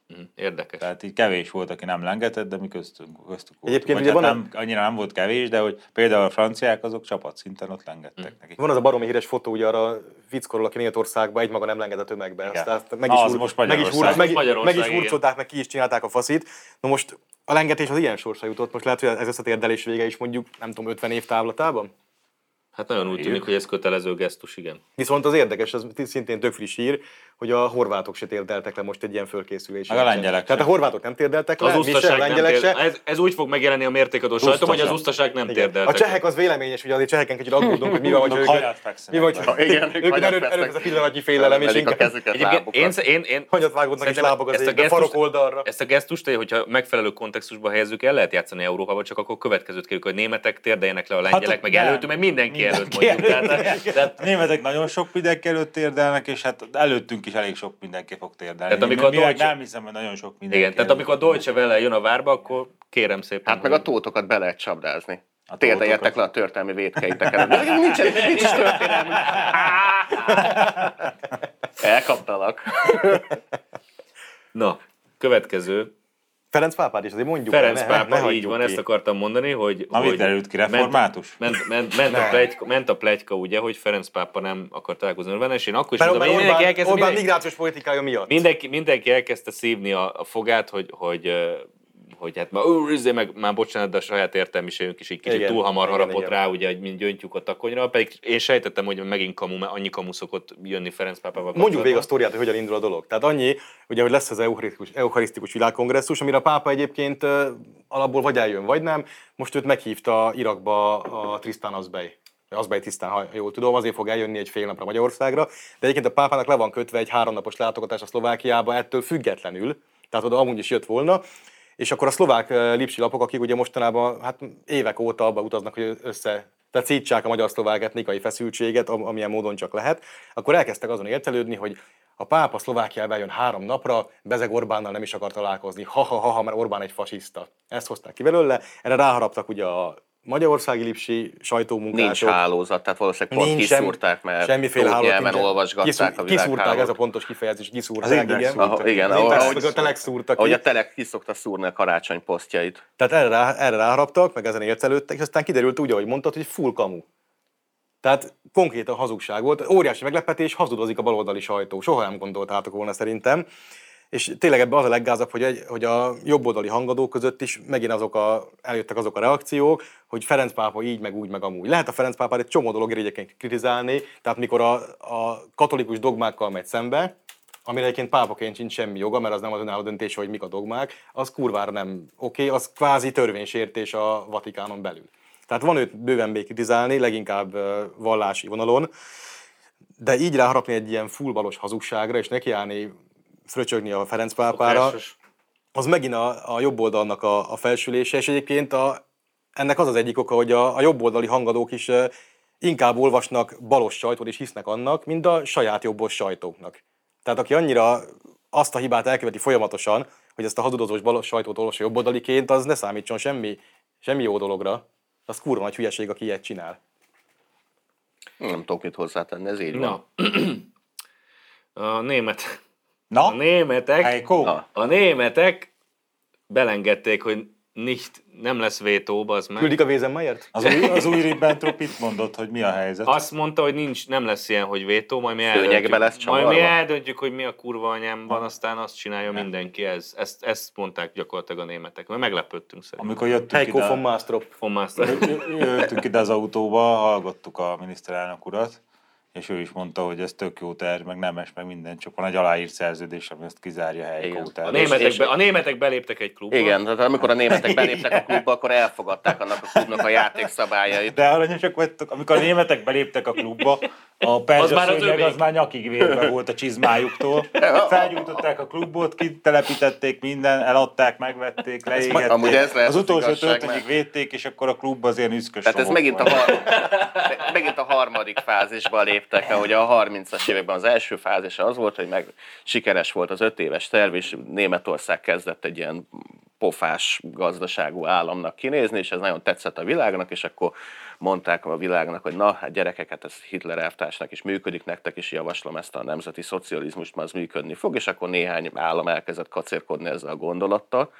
hm, érdekes.
Tehát így kevés volt, aki nem lengetett, de mi köztünk, köztük volt.
Egyébként
Vagy
ugye
hát
van
nem, annyira nem volt kevés, de hogy például a franciák azok csapatszinten ott
Mm.
lengettek nekik.
Van az a baromi híres fotó ugye arra a fickról, aki Németországban egymaga nem lenged a tömegbe.
Igen.
Aztán azt meg
Na,
is,
az
hur-
most
meg, is hur-
Magyarország.
meg,
Magyarország,
meg is
igen.
hurcolták, meg ki is csinálták a faszit. Na most a lengetés az ilyen sorsa jutott, most lehet, hogy ez összetérdelés vége is mondjuk, nem tudom, 50 év távlatában?
Hát nagyon úgy tűnik, hogy ez kötelező gesztus, igen.
Viszont az érdekes, az szintén tök friss hír, hogy a horvátok se térdeltek le most egy ilyen fölkészülésen.
Meg a lengyelek
Tehát a
sem.
horvátok nem térdeltek le,
Az
mi se, a
usztaság nem
lengyelek
tér-
se.
ez, ez, úgy fog megjelenni a mértékadó sajtom, hogy az
Usztaság.
usztaság nem
Igen.
térdeltek.
A csehek az véleményes, hogy azért cseheken kicsit aggódunk, hogy mi van, hogy
Mondom,
ők...
haját fekszenek.
Mi van, hogy
Ha igen,
<laughs> ők
ők haját
erők- erők ez a
fekszenek.
pillanatnyi félelem, és
Emelik a
inkább
kezüket,
Egyébként
lábukat.
én, én, én
Hanyat vágódnak is
szerintem
lábok az
ezt a
égbe,
gesztust-
farok oldalra.
Ezt a gesztust, hogyha megfelelő kontextusba helyezzük, el lehet játszani Európában, csak akkor következőt kérjük, hogy németek térdeljenek le a lengyelek,
ott
meg
nem.
előtt, meg mindenki előtt
Ki
mondjuk.
előtt?
Tehát, tehát
A németek nagyon sok mindenki előtt térdelnek, és hát előttünk is elég sok mindenki fog térdelni.
Tehát amikor a
Mi- mi-
Deutsche-
Nem hiszem, hogy nagyon sok mindenki
igen, tehát
előtt.
amikor a Deutsche Welle jön a várba, akkor kérem szépen.
Hát meg a tótokat be lehet csapdázni.
A
A térdeljetek
tótokat.
le a történelmi védkeiteket. De Nincs, nincs is történelmi. <laughs> Elkaptalak.
Na, következő.
Ferenc pápát is azért mondjuk. el,
Ferenc
ne-
pápa,
ne hagyjuk
így van,
ki.
ezt akartam mondani, hogy...
Na, mit
hogy
derült ki, református?
Ment, ment, ment, ment, a plegyka, ment a plegyka, ugye, hogy Ferenc pápa nem akar találkozni Orbán, és én akkor is
Mert
mondom,
Orbán,
én mindenki
Orbán,
elkezdte,
Orbán
mindenki,
migrációs politikája miatt.
mindenki, mindenki elkezdte szívni a, a fogát, hogy, hogy ö, hogy hát már, ő, izé, meg, már bocsánat, de a saját értelmiségünk is egy kicsit
Igen,
túl hamar
igen,
harapott
igen.
rá, ugye, hogy mind gyöntjük a takonyra, pedig én sejtettem, hogy megint kamu, mert annyi kamu szokott jönni Ferenc pápával.
Mondjuk
kapcsolatban.
végig a sztoriát, hogy hogyan indul a dolog. Tehát annyi, ugye, hogy lesz az eucharisztikus, eucharisztikus világkongresszus, amire a pápa egyébként ö, alapból vagy eljön, vagy nem. Most őt meghívta Irakba a Tristan Azbej. Azbej tisztán, ha jól tudom, azért fog eljönni egy fél napra Magyarországra. De egyébként a pápának le van kötve egy háromnapos látogatás a Szlovákiába ettől függetlenül. Tehát oda amúgy is jött volna. És akkor a szlovák ö, lipsi lapok, akik ugye mostanában hát évek óta abba utaznak, hogy össze tehát szítsák a magyar-szlovák etnikai feszültséget, am- amilyen módon csak lehet, akkor elkezdtek azon értelődni, hogy a pápa Szlovákiába jön három napra, Bezeg Orbánnal nem is akar találkozni. Ha-ha-ha, mert Orbán egy fasiszta. Ezt hozták ki belőle, erre ráharaptak ugye a magyarországi lipsi
Nincs
sajtómunkások.
hálózat, tehát valószínűleg pont
Nincs sem-
kiszúrták, mert
semmiféle
tót
hálózat
nyelven
nincsen.
olvasgatták
Kiszú-
a
Kiszúrták, ez a
világhálót.
pontos kifejezés,
Az
kiszúrták,
Index
igen.
szúrta
Aha,
ki.
igen,
Az
ahol-
Index
ahogy-
Meg a telek szúrta
Ahogy
ki.
a telek kiszokta szúrni a karácsony posztjait.
Tehát erre, rá- erre ráharaptak, meg ezen értelődtek, és aztán kiderült úgy, ahogy mondtad, hogy full kamu. Tehát konkrétan hazugság volt, óriási meglepetés, hazudozik a baloldali sajtó. Soha nem gondoltátok volna szerintem. És tényleg ebben az a leggázabb, hogy, egy, hogy a jobboldali hangadók között is megint azok a, eljöttek azok a reakciók, hogy Ferenc pápa így, meg úgy, meg amúgy. Lehet a Ferenc pápát egy csomó dologért egyébként kritizálni, tehát mikor a, a katolikus dogmákkal megy szembe, amire egyébként pápaként sincs semmi joga, mert az nem az önálló döntése, hogy mik a dogmák, az kurvára nem oké, okay, az kvázi törvénysértés a Vatikánon belül. Tehát van őt bőven még kritizálni, leginkább ö, vallási vonalon, de így ráharapni egy ilyen fullbalos hazugságra, és nekiállni fröcsögni a Ferenc pápára,
Szokásos.
az megint a, a jobb oldalnak a, a felsülése, és egyébként a, ennek az az egyik oka, hogy a, a jobb oldali hangadók is ö, inkább olvasnak balos sajtót, és hisznek annak, mint a saját jobbos sajtóknak. Tehát aki annyira azt a hibát elköveti folyamatosan, hogy ezt a hazudozós balos sajtót olvassa jobboldaliként, az ne számítson semmi, semmi jó dologra. Az kurva nagy hülyeség, aki ilyet csinál.
Nem tudok mit hozzátenni, ez így van.
Na. <clears throat> A német,
Na,
a németek,
Heiko?
Na.
a németek belengedték, hogy nicht, nem lesz vétó, az meg.
Küldik a Wiesenmeyert?
Az új, az új Ribbentrop itt mondott, hogy mi a helyzet.
Azt mondta, hogy nincs, nem lesz ilyen, hogy vétó, majd mi
Szőnyegbe
eldöntjük,
lesz
majd
csavarva.
mi eldöntjük hogy mi a kurva anyám van, aztán azt csinálja mindenki. Ez, ezt, ezt mondták gyakorlatilag a németek. Mert meglepődtünk szerintem.
Amikor jöttünk
Heiko von
ide,
Maastrop.
Von Maastricht.
<laughs> jö- jöttünk ide az autóba, hallgattuk a miniszterelnök urat, és ő is mondta, hogy ez tök jó terv, meg nemes, meg minden, csak van egy aláírt szerződés, ami ezt kizárja
Igen.
Heiko
A
A
terv.
németek,
és-
be, a németek beléptek egy klubba.
Igen, tehát amikor a németek beléptek a klubba, akkor elfogadták annak a klubnak a játékszabályait.
De aranyosak vagytok, amikor a németek beléptek a klubba, a perzsa
már az
szőnyeg
övék.
az már nyakig vérbe volt a csizmájuktól. Felgyújtották a klubot, kitelepítették minden, eladták, megvették,
amúgy ez
leégették.
lehet
Az
az
utolsó
igazság,
történik
mert-
védték, és akkor a klub az ilyen üszkös
Tehát ez
romok
megint a,
volt.
har- me- megint a harmadik fázisba léptek, ahogy a 30-as években az első fázis az volt, hogy meg sikeres volt az öt éves terv, és Németország kezdett egy ilyen pofás gazdaságú államnak kinézni, és ez nagyon tetszett a világnak, és akkor mondták a világnak, hogy na, hát gyerekeket, ez Hitler elvtársnak is működik, nektek is javaslom ezt a nemzeti szocializmust, mert az működni fog, és akkor néhány állam elkezdett kacérkodni ezzel a gondolattal.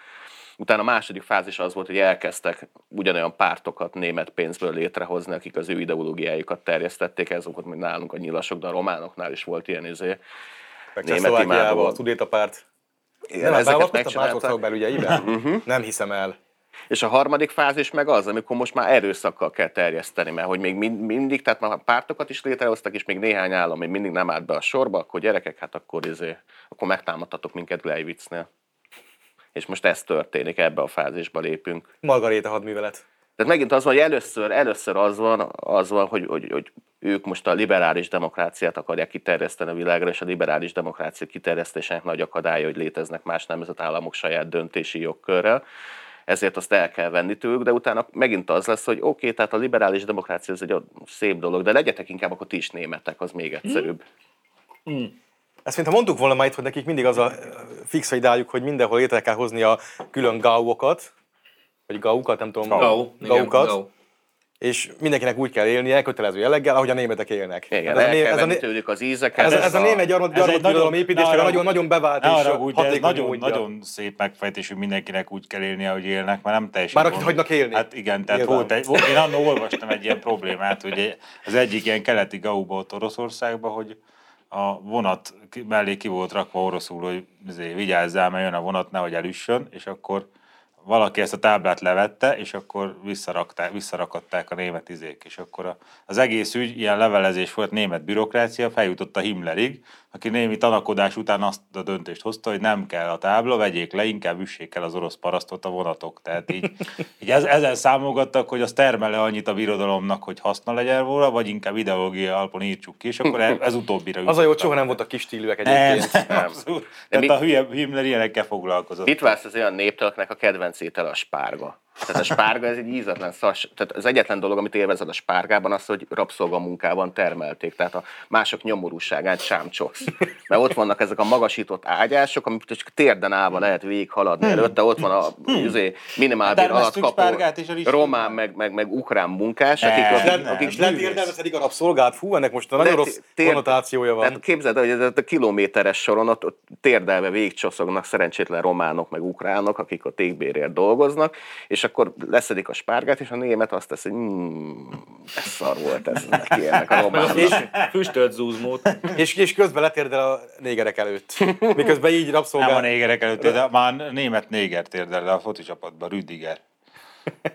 Utána a második fázis az volt, hogy elkezdtek ugyanolyan pártokat német pénzből létrehozni, akik az ő ideológiájukat terjesztették, ez volt, mint nálunk a nyilasok, de a románoknál is volt ilyen izé.
Meg
Német
Csehszlovákiába,
imádó.
a Tudéta párt.
Igen,
Nem, hát ezeket
ezeket Mhm.
megcsinálták. Más országok belügyeiben? Nem hiszem el.
És a harmadik fázis meg az, amikor most már erőszakkal kell terjeszteni, mert hogy még mind- mindig, tehát már pártokat is létrehoztak, és még néhány állam még mindig nem állt be a sorba, akkor gyerekek, hát akkor izé, akkor megtámadtatok minket Gleivitznél. És most ez történik, ebbe a fázisba lépünk.
Margaréta hadművelet.
Tehát megint az van, hogy először, először az van, az van hogy, hogy, hogy ők most a liberális demokráciát akarják kiterjeszteni a világra, és a liberális demokrácia kiterjesztésének nagy akadálya, hogy léteznek más nemzetállamok saját döntési jogkörrel, ezért azt el kell venni tőlük, de utána megint az lesz, hogy oké, okay, tehát a liberális demokrácia ez egy olyan szép dolog, de legyetek inkább akkor ti is németek, az még egyszerűbb.
Hmm? Ezt mintha mondtuk volna ma itt, hogy nekik mindig az a ö, fix ideájuk, hogy mindenhol létre kell hozni a külön gauokat, vagy gaukat, nem tudom,
Gau. Igen,
gaukat,
Gau.
és mindenkinek úgy kell élnie, kötelező jelleggel, ahogy a németek élnek.
Igen,
Hát ez, a
el
né-
kell
ez, a
venni
né-
tőlük az ízeket.
ez, a- ez a német
Ez
gyarmat,
egy
gyarmatbirodalom
nagyon- ne
építésre
arra-
nagyon, nagyon bevált
Ne
és
arra úgy, de ez
hatékony
nagyon,
módja.
nagyon szép megfejtés, hogy mindenkinek úgy kell élnie, hogy élnek, mert nem teljesen.
Bár akit
gond-
hagynak élni.
Hát igen, tehát
Nyilván.
volt egy, volt, én annól olvastam egy ilyen problémát, hogy egy- az egyik ilyen keleti gauba ott Oroszországban, hogy a vonat ki- mellé ki volt rakva oroszul, hogy izé, vigyázzál, mert jön a vonat, nehogy elüssön, és akkor valaki ezt a táblát levette, és akkor visszarakták, visszarakadták a német izék, és akkor a, az egész ügy ilyen levelezés volt, német bürokrácia, feljutott a Himmlerig, aki némi tanakodás után azt a döntést hozta, hogy nem kell a tábla, vegyék le, inkább üssék el az orosz parasztot a vonatok. Tehát így, így ez, ezen számolgattak, hogy az termele annyit a birodalomnak, hogy haszna legyen volna, vagy inkább ideológiai alapon írtsuk ki, és akkor ez, ez utóbbira
Az a jó, hogy
jutottak.
soha nem voltak kis stílűek
Nem,
egyébként.
Nem.
abszolút.
De
Tehát
mi-
a hülye Himmler ilyenekkel foglalkozott.
Mit vársz az olyan néptől, akinek a kedvenc étele a spárga? Tehát a spárga ez egy ízatlan szas, tehát az egyetlen dolog, amit élvezed a spárgában, az, hogy rabszolgamunkában termelték, tehát a mások nyomorúságát sámcsoksz. Mert ott vannak ezek a magasított ágyások, amit csak térden állva lehet végighaladni előtte, ott van a izé, minimálbér alatt
Hmm. Termesztünk
kapó
spárgát is, el is
román, meg, meg, meg ukrán munkás, akik,
Nem,
akik,
nem.
akik
És letérdelmezhetik a rabszolgát, fú, ennek most nagyon
de
rossz
té- tér-
konnotációja
Tehát
van.
képzeld el, hogy ez a kilométeres soron ott, ott térdelve végigcsoszognak szerencsétlen románok, meg ukránok, akik a tégbérért dolgoznak, és akkor leszedik a spárgát, és a német azt teszi, hogy mm, ez szar volt ez neki ennek a románnak.
És füstölt zúzmót.
<laughs>
És, és közben letérdel a négerek előtt. Miközben így
Nem a
rabszolgál.
négerek előtt, de már német néger térdel le a foci csapatban, Rüdiger.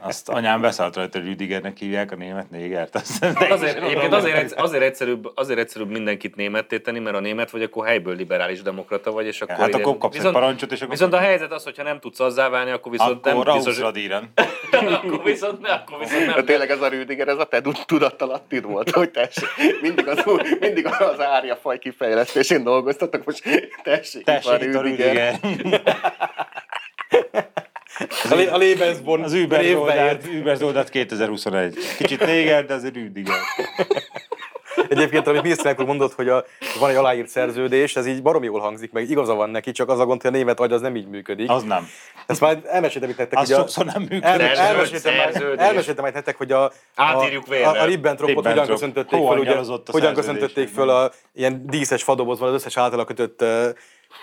Azt anyám beszállt rajta, hogy Rüdigernek hívják a német négert. Azt
Azért, egyébként azért,
<laughs>
egyszer- azért, egyszerűbb, azért egyszerűbb mindenkit németté tenni, mert a német vagy, akkor helyből liberális demokrata vagy, és akkor...
Hát
ide-
akkor kapsz egy parancsot, és akkor-
Viszont a helyzet az, hogyha nem tudsz azzá válni, akkor viszont
Akkor
nem biztos...
Rausra díren.
<laughs> akkor viszont, ne, akkor viszont
De
Hát
nem.
tényleg ez a Rüdiger, ez a te tud- tudatalattid volt, hogy tessék, mindig az, új- mindig az árjafaj kifejlesztésén dolgoztatok, most tessék,
Tessék, itt a Rüdiger.
A, lé- a Lebensborn
Az Uber
névbe
Zoldát,
ért.
Uber Zoldát 2021. Kicsit néger, de azért Rüdiger.
Egyébként, amit Mirsznek úr mondott, hogy a, van egy aláírt szerződés, ez így baromi jól hangzik, meg igaza van neki, csak az a gond, hogy a német agy az nem így működik.
Az nem.
Ezt már elmeséltem itt nektek.
Az
Hát ugye a-
sokszor nem működik.
Elme-
Szerződés,
elmeséltem, már,
szerződés.
elmeséltem már nektek, hogy a, a,
Átírjuk vérrel.
a, a Ribbentropot hogyan
Ribbentrop.
köszöntötték
Hol
föl, ugye,
angyalozott a
hogyan
szerződés,
köszöntötték
igen.
föl a ilyen díszes fadobozban az összes általa kötött uh,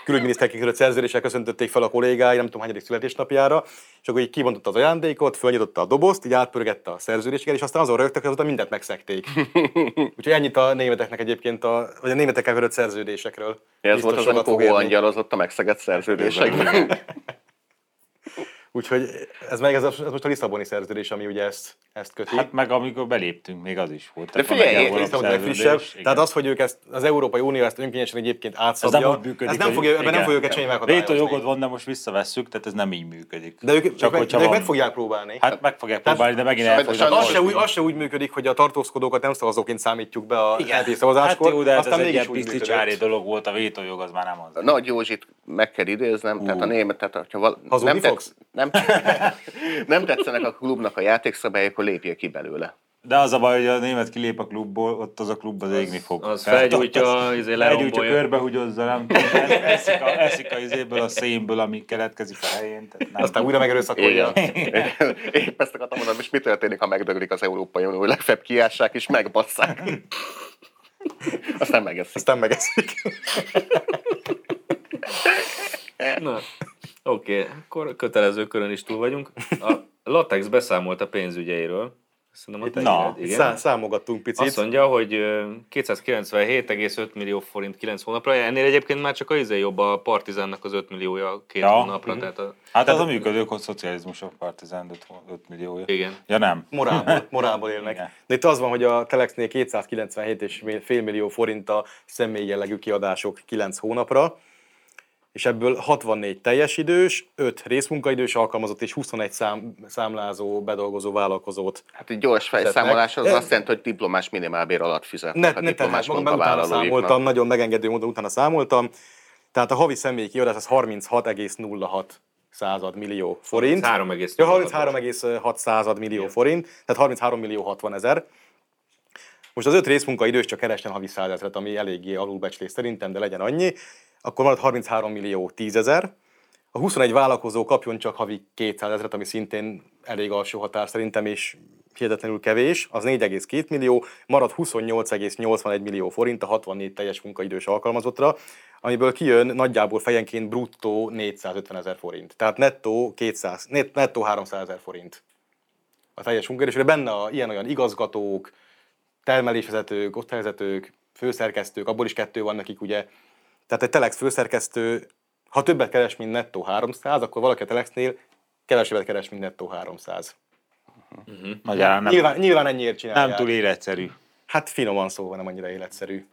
külügyminiszterként kötött szerződéssel köszöntötték fel a kollégái, nem tudom, hányadik születésnapjára, és akkor így kibontotta az ajándékot, fölnyitotta a dobozt, így átpörgette a szerződéseket, és aztán azon rögtök, hogy azóta mindent megszekték. Úgyhogy ennyit a németeknek egyébként, a, vagy a németekkel kötött szerződésekről.
Ez
Biztos
volt az,
sokat fog
amikor
érni.
angyalozott a megszegett szerződésekben.
Úgyhogy ez meg ez, a, ez most a Lisszaboni szerződés, ami ugye ezt, ezt köti.
Hát meg amikor beléptünk, még az is volt.
De figyelj,
Tehát van egy
én
Szerintem
Európa
a legfrissebb.
szerződés, igen.
Tehát az, hogy ők ezt, az Európai Unió ezt önkényesen egyébként átszabja,
Ez nem úgy működik.
ez nem
hogy-
fogja, ebben nem
igen.
fogja őket semmi
Vétó jogod
meghatározni.
van, de most visszavesszük, tehát ez nem így működik.
De ők, Csak ők, meg,
hogyha
de ők
van-
meg fogják próbálni. Hát,
Hát meg fogják
Tehát-
próbálni, de megint
Sajnos-
el fognak
sajnos
az, se
olvasni.
úgy, az se úgy működik, hogy a tartózkodókat nem szavazóként számítjuk be a LP szavazáskor,
hát jó, de hát ez
aztán
egy
mégis
ilyen
úgy
piszti
működik.
csári dolog volt, a vétójog az már nem az.
Nagy Józsit meg kell idéznem, tehát a német, tehát hogyha val-
Hazudni
nem,
fogsz?
nem, <laughs> nem tetszenek a klubnak a játékszabályok, akkor lépjél ki belőle.
De az a baj, hogy a német kilép a klubból, ott az a klub az, égni fog.
az
Tehát
felgyújtja,
ott az-
izé,
felgyújtja,
lerombolja.
körbehugyozza, nem tudom, hát eszik a, eszik a izéből, a szénből, ami keletkezik a helyén. Tehát nem.
Aztán újra megerőszakolja.
Igen. Igen. <laughs> Épp ezt akartam mondani, és mi történik, ha megdöglik az Európai Unió, hogy legfeljebb kiássák és megbasszák. <laughs> Aztán megeszik.
Aztán megeszik.
Na, oké, okay. akkor kötelező körön is túl vagyunk. A Latex beszámolt a pénzügyeiről, Szerintem a te
Na,
íred, igen.
Szá- számogattunk picit.
Azt mondja, hogy ö, 297,5 millió forint 9 hónapra, ennél egyébként már csak a izé jobb a Partizánnak az 5 milliója 2
Ja.
Mhm.
hónapra, tehát a,
Hát az a működők, hogy szocializmus a Partizán 5 hó- 5 milliója.
igen.
Ja nem.
Morálból, morálból élnek.
Igen.
De itt az van, hogy a Telexnél 297 és mi- fél millió forint a személyi jellegű kiadások 9 hónapra, és ebből 64 teljes idős, 5 részmunkaidős alkalmazott és 21 szám, számlázó, bedolgozó vállalkozót.
Hát egy gyors fejszámolás az
Fizetnek.
azt jelenti, hogy diplomás minimálbér alatt
Ne,
fizetnek a
ne tehát
diplomás
magamban utána
munkavállalóiknak.
számoltam, nagyon megengedő módon utána számoltam. Tehát a havi személyi kiadás az 36,06 század millió forint.
3,8.
Ja, 33,6 század millió forint, tehát 33 millió 60 ezer. Most az öt részmunkaidős csak keresne havi 100 ezeret, ami eléggé alulbecslés szerintem, de legyen annyi. Akkor marad 33 millió 10 ezer. A 21 vállalkozó kapjon csak havi 200 ezeret, ami szintén elég alsó határ szerintem, és hihetetlenül kevés, az 4,2 millió, marad 28,81 millió forint a 64 teljes munkaidős alkalmazottra, amiből kijön nagyjából fejenként bruttó 450 ezer forint. Tehát nettó, 200, net- nettó 300 ezer forint a teljes munkaidősre. Benne a ilyen-olyan igazgatók, termelésvezetők, osztályvezetők, főszerkesztők, abból is kettő van nekik ugye. Tehát egy Telex főszerkesztő, ha többet keres, mint nettó 300, akkor valaki a Telexnél kevesebbet keres, mint nettó 300.
Magyarán nem,
Nyilván, nyilván ennyiért csinálják.
nem túl életszerű.
Hát finoman szóval nem annyira életszerű.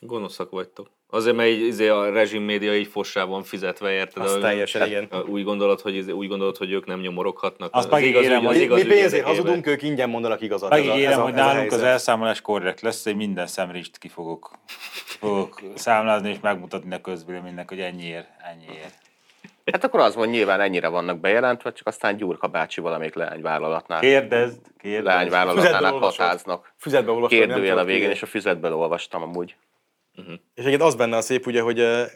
Gonoszak vagytok. Azért, mert így, izé a rezsim média így fossában fizetve, érted?
Az
A- hát,
teljesen, igen.
a- Úgy gondolod, hogy, izé- úgy gondolod, hogy ők nem nyomoroghatnak.
Azt megígérem,
ügy-
Az
Mi, mi
ügy
pénzért
érdekében.
hazudunk, ők ingyen mondanak igazat.
Megígérem, hogy nálunk
helyzet.
az elszámolás korrekt lesz, én minden szemrist ki fogok, ki fogok számlázni és megmutatni a közvéleménynek, hogy ennyiért, ennyiért.
Hát akkor az van, nyilván ennyire vannak bejelentve, csak aztán Gyurka bácsi valamelyik leányvállalatnál,
Kérdezd, kérdezd.
Füzetbe
leányvállalatnál
olvasod.
hatáznak.
Füzetbe olvasod, nem
Kérdőjel a
tudod
végén,
ki.
és a füzetből olvastam amúgy.
És egyébként az benne a szép, ugye, hogy eh,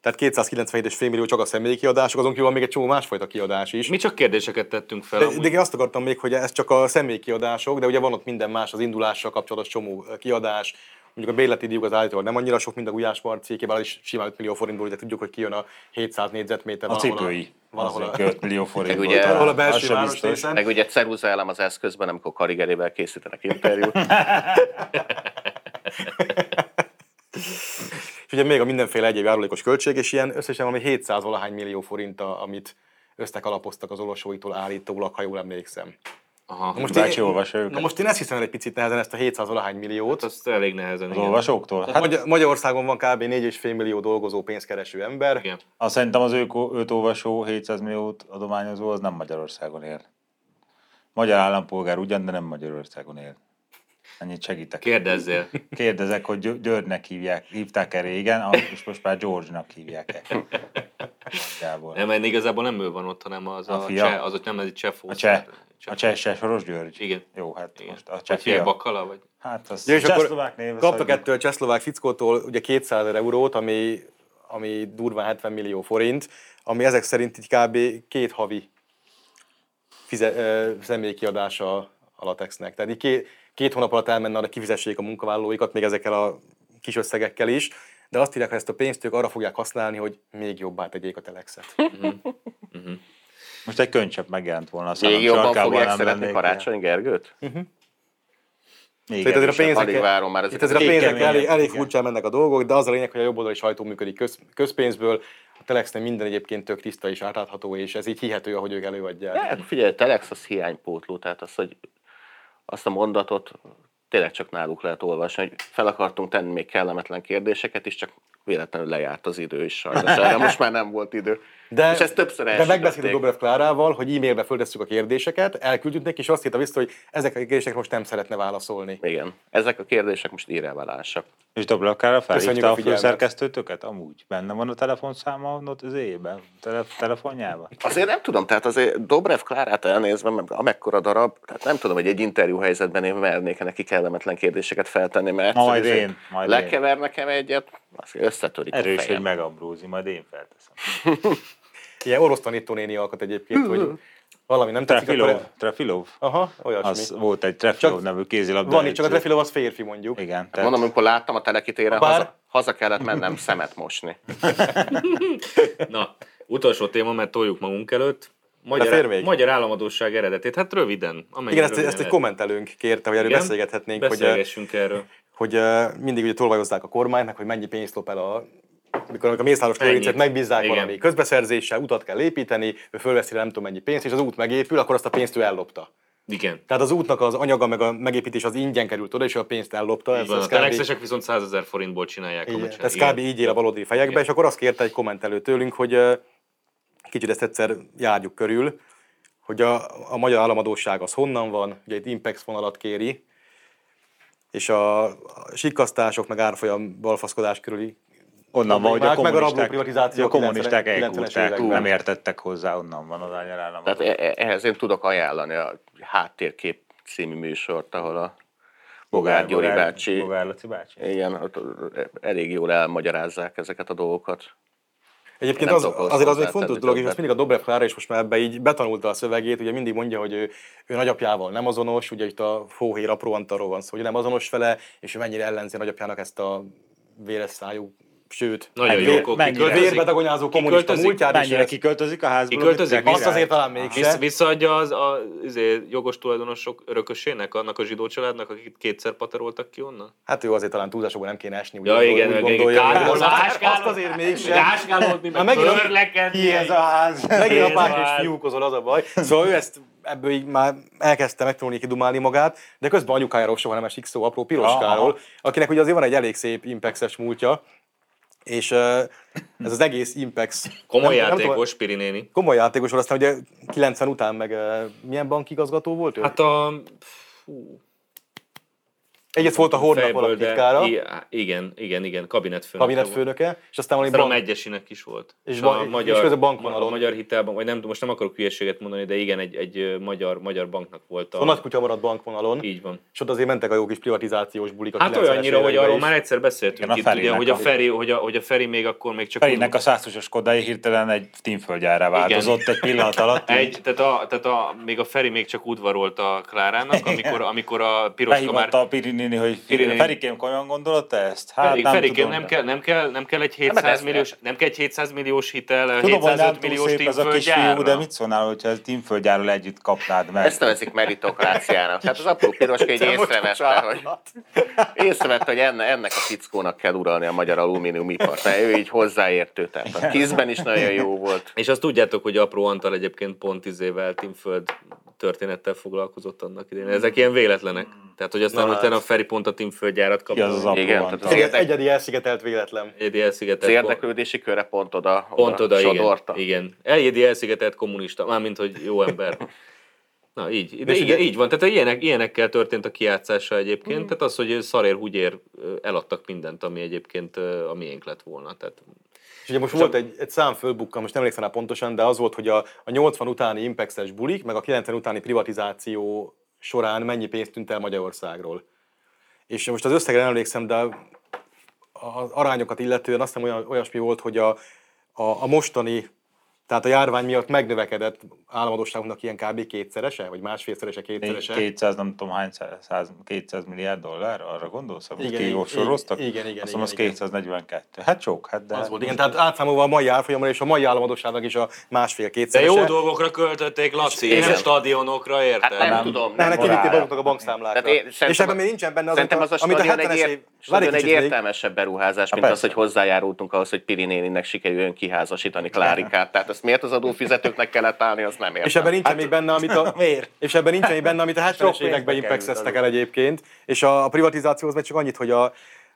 tehát 297,5 millió csak a személyi kiadások, azon kívül van még egy csomó másfajta kiadás is.
Mi csak kérdéseket tettünk fel.
De,
amúgy.
de én azt akartam még, hogy ez csak a személyi kiadások, de ugye van ott minden más, az indulással kapcsolatos csomó eh, kiadás, mondjuk a bérleti díjuk az állítólag nem annyira sok, mint a Gulyás Marci, cégében az is simán 5 millió forintból, ugye tudjuk, hogy kijön a 700 négyzetméter.
A
valahol
cipői.
valahol a-
Az 5 millió forint
Meg
volt
ugye-
talán.
Valahol a
Az
belső
se
város
biztos.
részen.
Meg ugye ceruza elem az eszközben, amikor karigerével
<laughs>
készítenek interjút.
És ugye még a mindenféle egyéb járulékos költség, és ilyen összesen valami 700 valahány millió forint, a- amit össztek alapoztak az olosóitól állítólag, ha jól emlékszem.
Aha,
Na most,
Bácsi
én,
olvassa őket.
na most én ezt hiszem el egy picit nehezen ezt a 700 valahány milliót.
azt elég nehezen.
Az
igen.
olvasóktól?
Hát,
Hát
Magyar, Magyarországon van kb. 4,5 millió dolgozó pénzkereső ember.
Igen.
azt szerintem az ők, őt olvasó 700 milliót adományozó az nem Magyarországon él. Magyar állampolgár ugyan, de nem Magyarországon él. Ennyit segítek.
Kérdezzél.
Kérdezek, hogy Gyö- Györgynek hívják, hívták-e régen, ah, és most már George-nak hívják-e. Nagyjából.
Nem, mert igazából nem ő van ott, hanem az a,
A
a
fia.
cseh, az ott nem ez egy cseh
A
fószer.
cseh, a cseh, se Soros György?
Igen.
Jó, hát
Igen.
most a cseh
Vagy fia
fia.
bakala, vagy?
Hát az
Ja, és akkor
csehszlovák név, azt
kaptak
hagyjuk.
ettől a csehszlovák fickótól ugye 200 ezer eurót, ami, ami durván 70 millió forint, ami ezek szerint így kb. két havi fize, ö, személyi kiadása a Latexnek. Tehát így két, két hónap alatt elmenne arra, kifizessék a munkavállalóikat, még ezekkel a kis összegekkel is, de azt írják, hogy ezt a pénzt ők arra fogják használni, hogy még jobbá tegyék a telexet.
Most egy könycsepp megjelent volna a
Még
szemem
jobban
sarkában,
fogják
nem
szeretni
lennék
Karácsony Gergőt?
ilyen. Még
Tehát azért a
erősebb.
pénz-
Alig
Pénzek-
várom már ezeket.
Itt ezért a
Elég
pénzek
keményen,
elég, elég
igen.
furcsán mennek a dolgok, de az a lényeg, hogy a jobboldali sajtó működik köz, közpénzből, a Telexnél minden egyébként tök tiszta és átlátható, és ez így hihető, ahogy ők előadják.
Hát figyelj, Telex az hiánypótló, tehát az, hogy azt a mondatot tényleg csak náluk lehet olvasni, hogy fel akartunk tenni még kellemetlen kérdéseket is, csak véletlenül lejárt az idő
<laughs>
is sajnos. Erre most már nem volt idő.
De,
és ezt többször
de
elsütötték.
megbeszéltük Dobrev Klárával, hogy e-mailbe föltesszük a kérdéseket, elküldtük neki, és azt írta vissza, hogy ezek a kérdésekre most nem szeretne válaszolni.
Igen, ezek a kérdések most irrelevánsak.
És Doblakára
Köszönjük
felhívta
a
a
figyelmet.
főszerkesztőtöket? Amúgy benne van a telefonszáma ott az éjében, tele, telefonjában?
Azért nem tudom, tehát azért Dobrev Klárát elnézve, meg amekkora darab, tehát nem tudom, hogy egy interjú helyzetben én mernék neki kellemetlen kérdéseket feltenni, mert
Majd
egyszerűen
én, majd
lekever nekem egyet, azt összetörik a
Erős, hogy
fejem.
megambrózi, majd én felteszem.
Hát Ilyen orosz tanítónéni alkat egyébként, hogy valami nem tetszik,
Trefilov,
akkor...
Trefilov.
Aha, olyasmi.
Az volt egy Trefilov
Csak-
nevű kézilabda.
Van itt, csak a
edző.
Trefilov Hát az férfi mondjuk.
Igen, tehát
Hát Mondom,
Mondom,
amikor láttam a telekitéren,
Bár-
haza, haza kellett mennem szemet mosni.
Na, utolsó téma, mert toljuk magunk előtt.
Befér
magyar,
még?
magyar államadóság eredetét, hát röviden.
Igen,
amennyire
ezt,
röviden
ezt egy
lehet.
kommentelőnk kérte, hogy erről
Igen?
beszélgethetnénk, hogy, eh,
Beszélgessünk erről.
hogy eh, mindig ugye tolvajozzák a kormánynak, hogy mennyi pénzt lop el a mikor amikor a Mészáros
Ennyit.
Lőrincet megbízzák
Igen.
valami közbeszerzéssel, utat kell építeni, ő fölveszi rá nem tudom mennyi pénzt, és az út megépül, akkor azt a pénzt ő ellopta.
Igen.
Tehát az útnak az anyaga meg a megépítés az ingyen került oda, és ő a pénzt ellopta.
Így van,
Szóval ez
a
kb.
telexesek viszont 100 ezer forintból csinálják.
Igen,
komolyan.
ez
Igen.
kb. így él a valódi fejekbe,
Igen.
és akkor azt kérte egy kommentelő tőlünk, hogy ö, kicsit ezt egyszer járjuk körül, hogy a, a magyar államadóság az honnan van, ugye itt Impex vonalat kéri, és a, a sikkasztások meg árfolyam balfaszkodás körüli
Onnan van, hogy a
problémák, meg a rabló
kommunisták,
privatizáció
a kommunisták
90-es
elkúrták,
években.
nem értettek hozzá, onnan van az anyalállam.
Tehát e- e- ehhez én tudok ajánlani a Háttérkép című műsort, ahol a Bogár Gyuri bácsi,
Bogár Laci bácsi.
igen, ott elég jól elmagyarázzák ezeket a dolgokat.
Egyébként
Nem
az,
tudok ahhoz
azért az egy
hozzátenni
fontos dolog, és azt
többet.
mindig a Dobrev Klára is most már ebbe így betanulta a szövegét, ugye mindig mondja, hogy ő, ő nagyapjával nem azonos, ugye itt a hóhér apró antarról van szó, hogy nem azonos vele, és ő mennyire ellenzi a nagyapjának ezt a véres szájú, sőt,
Nagyon
Hát
jó,
vér-
akkor
mennyire?
kiköltözik.
vérbe dagonyázó kommunista
Kiköltözik?
múltját, és
Mennyire
ezt,
kiköltözik a házból?
Kiköltözik?
amit
azt
megviselt?
azért talán
Visz,
mégse.
visszaadja az, a, izé, jogos tulajdonosok örökösének, annak a zsidó családnak, akik kétszer pateroltak ki onnan?
Hát ő azért talán túlzásokban nem kéne esni, úgy
Ja,
gondol-
igen,
úgy
meg
gondolja.
igen,
hogy-
kárhozás,
Azt- Azt azért mégsem.
Áskálódni,
Na,
meg
megint a-
törlekedni.
Ki ez a ház?
<laughs> Megint
Jézus.
apák és fiúkozol, az a baj. Szóval ő ezt ebből így már elkezdte megtanulni kidumálni magát, de közben anyukájáról soha nem esik szó, apró piroskáról,
Aha.
akinek ugye azért van egy elég szép impexes múltja, és ö, ez az egész impex...
Komoly
nem- nem tudom,
játékos, Piri néni.
Komoly játékos volt, aztán ugye 90 után meg ö, milyen bankigazgató volt ő?
Hát
Hát,
a...
Egyrészt volt a Hornap
fejből, de-
alapítkára,
I- á, Igen, igen, igen, kabinetfőnök.
kabinetfőnöke, és aztán valami
Aztán a
bank,
megyesinek is volt.
És ba- és közben bankvonalon.
a magyar hitelbank, vagy nem, most nem akarok hülyeséget mondani, de igen, egy, egy ö, magyar, magyar banknak volt a...
a Szóval nagy kutya maradt bankvonalon,
Így van.
és ott azért mentek a jó kis privatizációs bulik a
Hát
90-es
olyannyira, hogy
években
arról
is.
már egyszer beszéltünk
Igen, a
itt, ugye,
Ferinek
hogy a
a-
Feri, hogy a, hogy a Feri még akkor még csak...
Ferinek a száztusos kodája hirtelen egy tímföldjára változott egy pillanat alatt.
Egy, tehát, a, tehát a, még a Feri még csak udvarolt a Klárának, amikor, amikor a Piroska már...
Behívatta a Pirinini, hogy
Pirinini.
Ferikém olyan gondolod te ezt? Hát
Feri,
nem
Feri,
tudom.
nem,
de-
kell, nem, kell, nem kell egy
mert
700
ezt-
milliós, nem kell egy 700 milliós hitel,
Tudom, hogy nem
705
túl
milliós
szép ez a kisfiú,
tímföldjára.
de mit szólnál, hogyha ez tímföldjáról együtt kapnád meg?
Ezt nevezik meritokráciának. Tehát az apró piroska így észrevette, hogy, észrevette, hogy enne, ennek a fickónak kell uralni a magyar alumíniumipart, mert ő így hozzáértő. Tehát a tízben is nagyon jó volt.
És azt tudjátok, hogy apró Antal egyébként pont izével Timföld történettel foglalkozott annak idején. Ezek ilyen véletlenek. Tehát, hogy aztán
Na,
utána a
hát.
Feri pont a Timföld gyárat kapta.
Ki az az apró
Igen,
Antal?
tehát az
Egy-
érdek,
Egyedi elszigetelt véletlen.
Egyedi
az
elszigetelt.
érdeklődési köre pont oda,
Pont oda, igen.
sodorta.
igen. Egyedi elszigetelt kommunista, mármint, hogy jó <laughs> ember. Na, így. De
És
igen,
ugye-
így van. Tehát ilyenek, ilyenekkel történt a kiátszása egyébként. Tehát az, hogy szarér húgyér ö, eladtak mindent, ami egyébként ö, a miénk lett volna. Tehát
És ugye most volt egy, egy szám fölbukkan, most nem emlékszem rá pontosan, de az volt, hogy a, a 80 utáni impexes bulik, meg a 90 utáni privatizáció során mennyi pénzt tűnt el Magyarországról. És most az összegre nem emlékszem, de az arányokat illetően azt hiszem olyan, olyasmi volt, hogy a, a, a mostani, tehát a járvány miatt megnövekedett államadóságunknak ilyen kb. kétszerese, vagy másfélszerese, kétszerese.
200, nem tudom hány száz, száz- 200 milliárd dollár, arra gondolsz, amit
Igen,
kisoroztak?
igen, igen,
Azt mondom, az
igen, igen.
242. Hát sok, hát de...
Az volt, igen, tehát átszámolva a mai árfolyamra és a mai államadóságnak is a
De
másfél-kétszerese.
jó dolgokra költötték, Laci, és
Igen.
nem stadionokra, érted?
Hát nem, tudom.
Nem,
Nem,
neki
tudom.
vitték
morálja.
maguknak a bankszámlákra.
Tehát én-
És
szerintem-
ebben még nincsen benne az, amit
Szerintem
a,
az a
amit a
stadion
70-es
egy, ér,
év... Várj egy
stadion egy
kicsit még.
értelmesebb beruházás, mint
persze.
az, hogy hozzájárultunk ahhoz, hogy Pirinéninek sikerüljön kiházasítani Klárikát. Tehát ezt miért az adófizetőknek kellett állni, azt nem értem.
És ebben nincsen még benne, amit a...
Hát Miért?
És ebben nincsen még benne, amit a 70-es
pénzbe
években
került
impexeztek
alul.
el egyébként. És a, a privatizációhoz meg csak annyit, hogy a,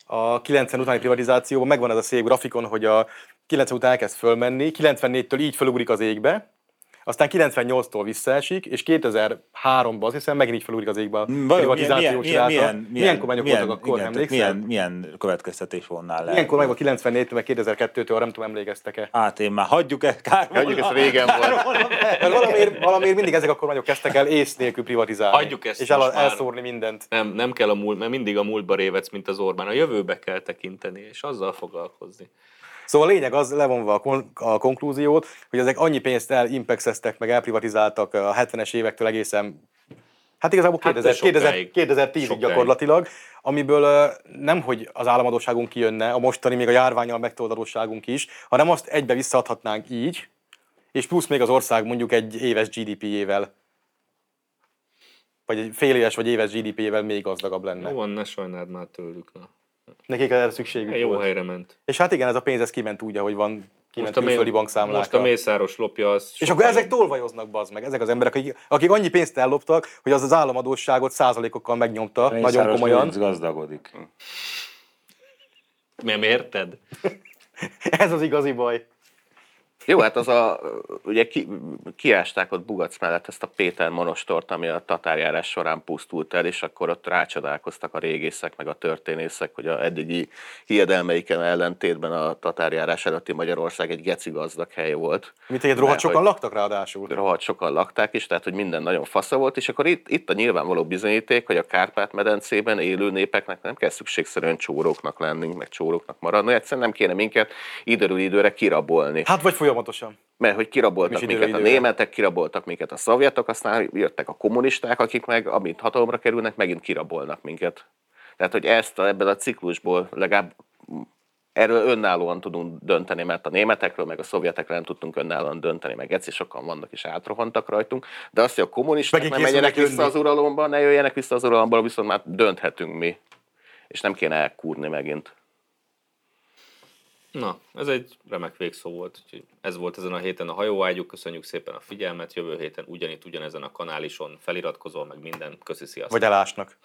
a 90 utáni privatizációban megvan ez a szép grafikon, hogy a 90 után elkezd fölmenni, 94-től így fölugrik az égbe, aztán 98-tól visszaesik, és 2003-ban azt hiszem megint így felugrik az égbe a privatizációs
Mm, milyen, milyen,
iráta.
milyen,
Milyen kormányok voltak akkor,
igen, tehát
emlékszel?
milyen, milyen következtetés vonnál le?
Milyen kormányban 94-től, meg 2002-től, arra nem tudom, emlékeztek-e.
Hát én már hagyjuk el, kár
Mondjuk
<laughs>
ez régen volt.
Mert valamiért, valamiért mindig ezek a kormányok kezdtek el ész nélkül privatizálni.
Hagyjuk ezt
És
most
el,
már.
elszórni mindent.
Nem, nem kell a múlt, mert mindig a múltba révedsz, mint az Orbán. A jövőbe kell tekinteni, és azzal foglalkozni.
Szóval a lényeg az, levonva a, kon- a konklúziót, hogy ezek annyi pénzt elimpexeztek, meg elprivatizáltak a 70-es évektől egészen, hát igazából
Hát,
2000,
de sokáig.
2000, 2010-ig
Sokáig.
gyakorlatilag, amiből ö, nem, hogy az államadóságunk kijönne, a mostani még a járványal megtoldadóságunk is, hanem azt egybe visszaadhatnánk így, és plusz még az ország mondjuk egy éves GDP-jével, vagy egy fél éves vagy éves GDP-jével még gazdagabb lenne.
Jó van, ne sajnáld már tőlük. Na.
Nekik erre szükségük
Jó
volt.
helyre ment.
És hát igen, ez a pénz ez kiment úgy, ahogy van, kiment
a mé-
külföldi bankszámlákra.
Most a mészáros lopja az.
És
sokkal
akkor ezek
jobb.
tolvajoznak, bazd meg, ezek az emberek, akik, akik annyi pénzt elloptak, hogy az az államadósságot százalékokkal megnyomta, nagyon
Mészáros
komolyan.
Lőrinc gazdagodik.
Nem érted?
<laughs> Ez az igazi baj.
Jó, hát az a, ugye ki, kiásták ott Bugac mellett ezt a Péter Monostort, ami a tatárjárás során pusztult el, és akkor ott rácsodálkoztak a régészek, meg a történészek, hogy a eddigi hiedelmeiken ellentétben a tatárjárás előtti Magyarország egy geci gazdag hely volt.
Mint egy rohadt
Mert
sokan
hogy-
laktak ráadásul.
rohadt sokan lakták is, tehát hogy minden nagyon fasza volt, és akkor itt, itt a nyilvánvaló bizonyíték, hogy a Kárpát-medencében élő népeknek nem kell szükségszerűen csóróknak lenni, meg csóróknak maradni, egyszerűen nem kéne minket időről időre kirabolni.
Hát vagy folyamatosan.
Mert hogy kiraboltak
Nem is
minket
időről
a
időre.
németek, kiraboltak minket a szovjetok, aztán jöttek a kommunisták, akik meg, amint hatalomra kerülnek, megint kirabolnak minket. Tehát, hogy ezt a, ebből a ciklusból legalább erről önállóan tudunk dönteni, mert a németekről, meg a szovjetekről nem tudtunk önállóan dönteni, meg egyszer sokan vannak és átrohantak rajtunk, de azt, hogy a kommunisták
Megint
nem menjenek
készülnek
vissza az uralomba, ne jöjjenek vissza az uralomba, viszont már dönthetünk mi, és nem kéne elkúrni megint.
Na, ez egy remek végszó volt. Úgyhogy ez volt ezen a héten a hajóágyuk. Köszönjük szépen a figyelmet. Jövő héten ugyanitt, ugyanezen a kanálison feliratkozol, meg minden. Köszi, sziasztok.
Vagy elásnak.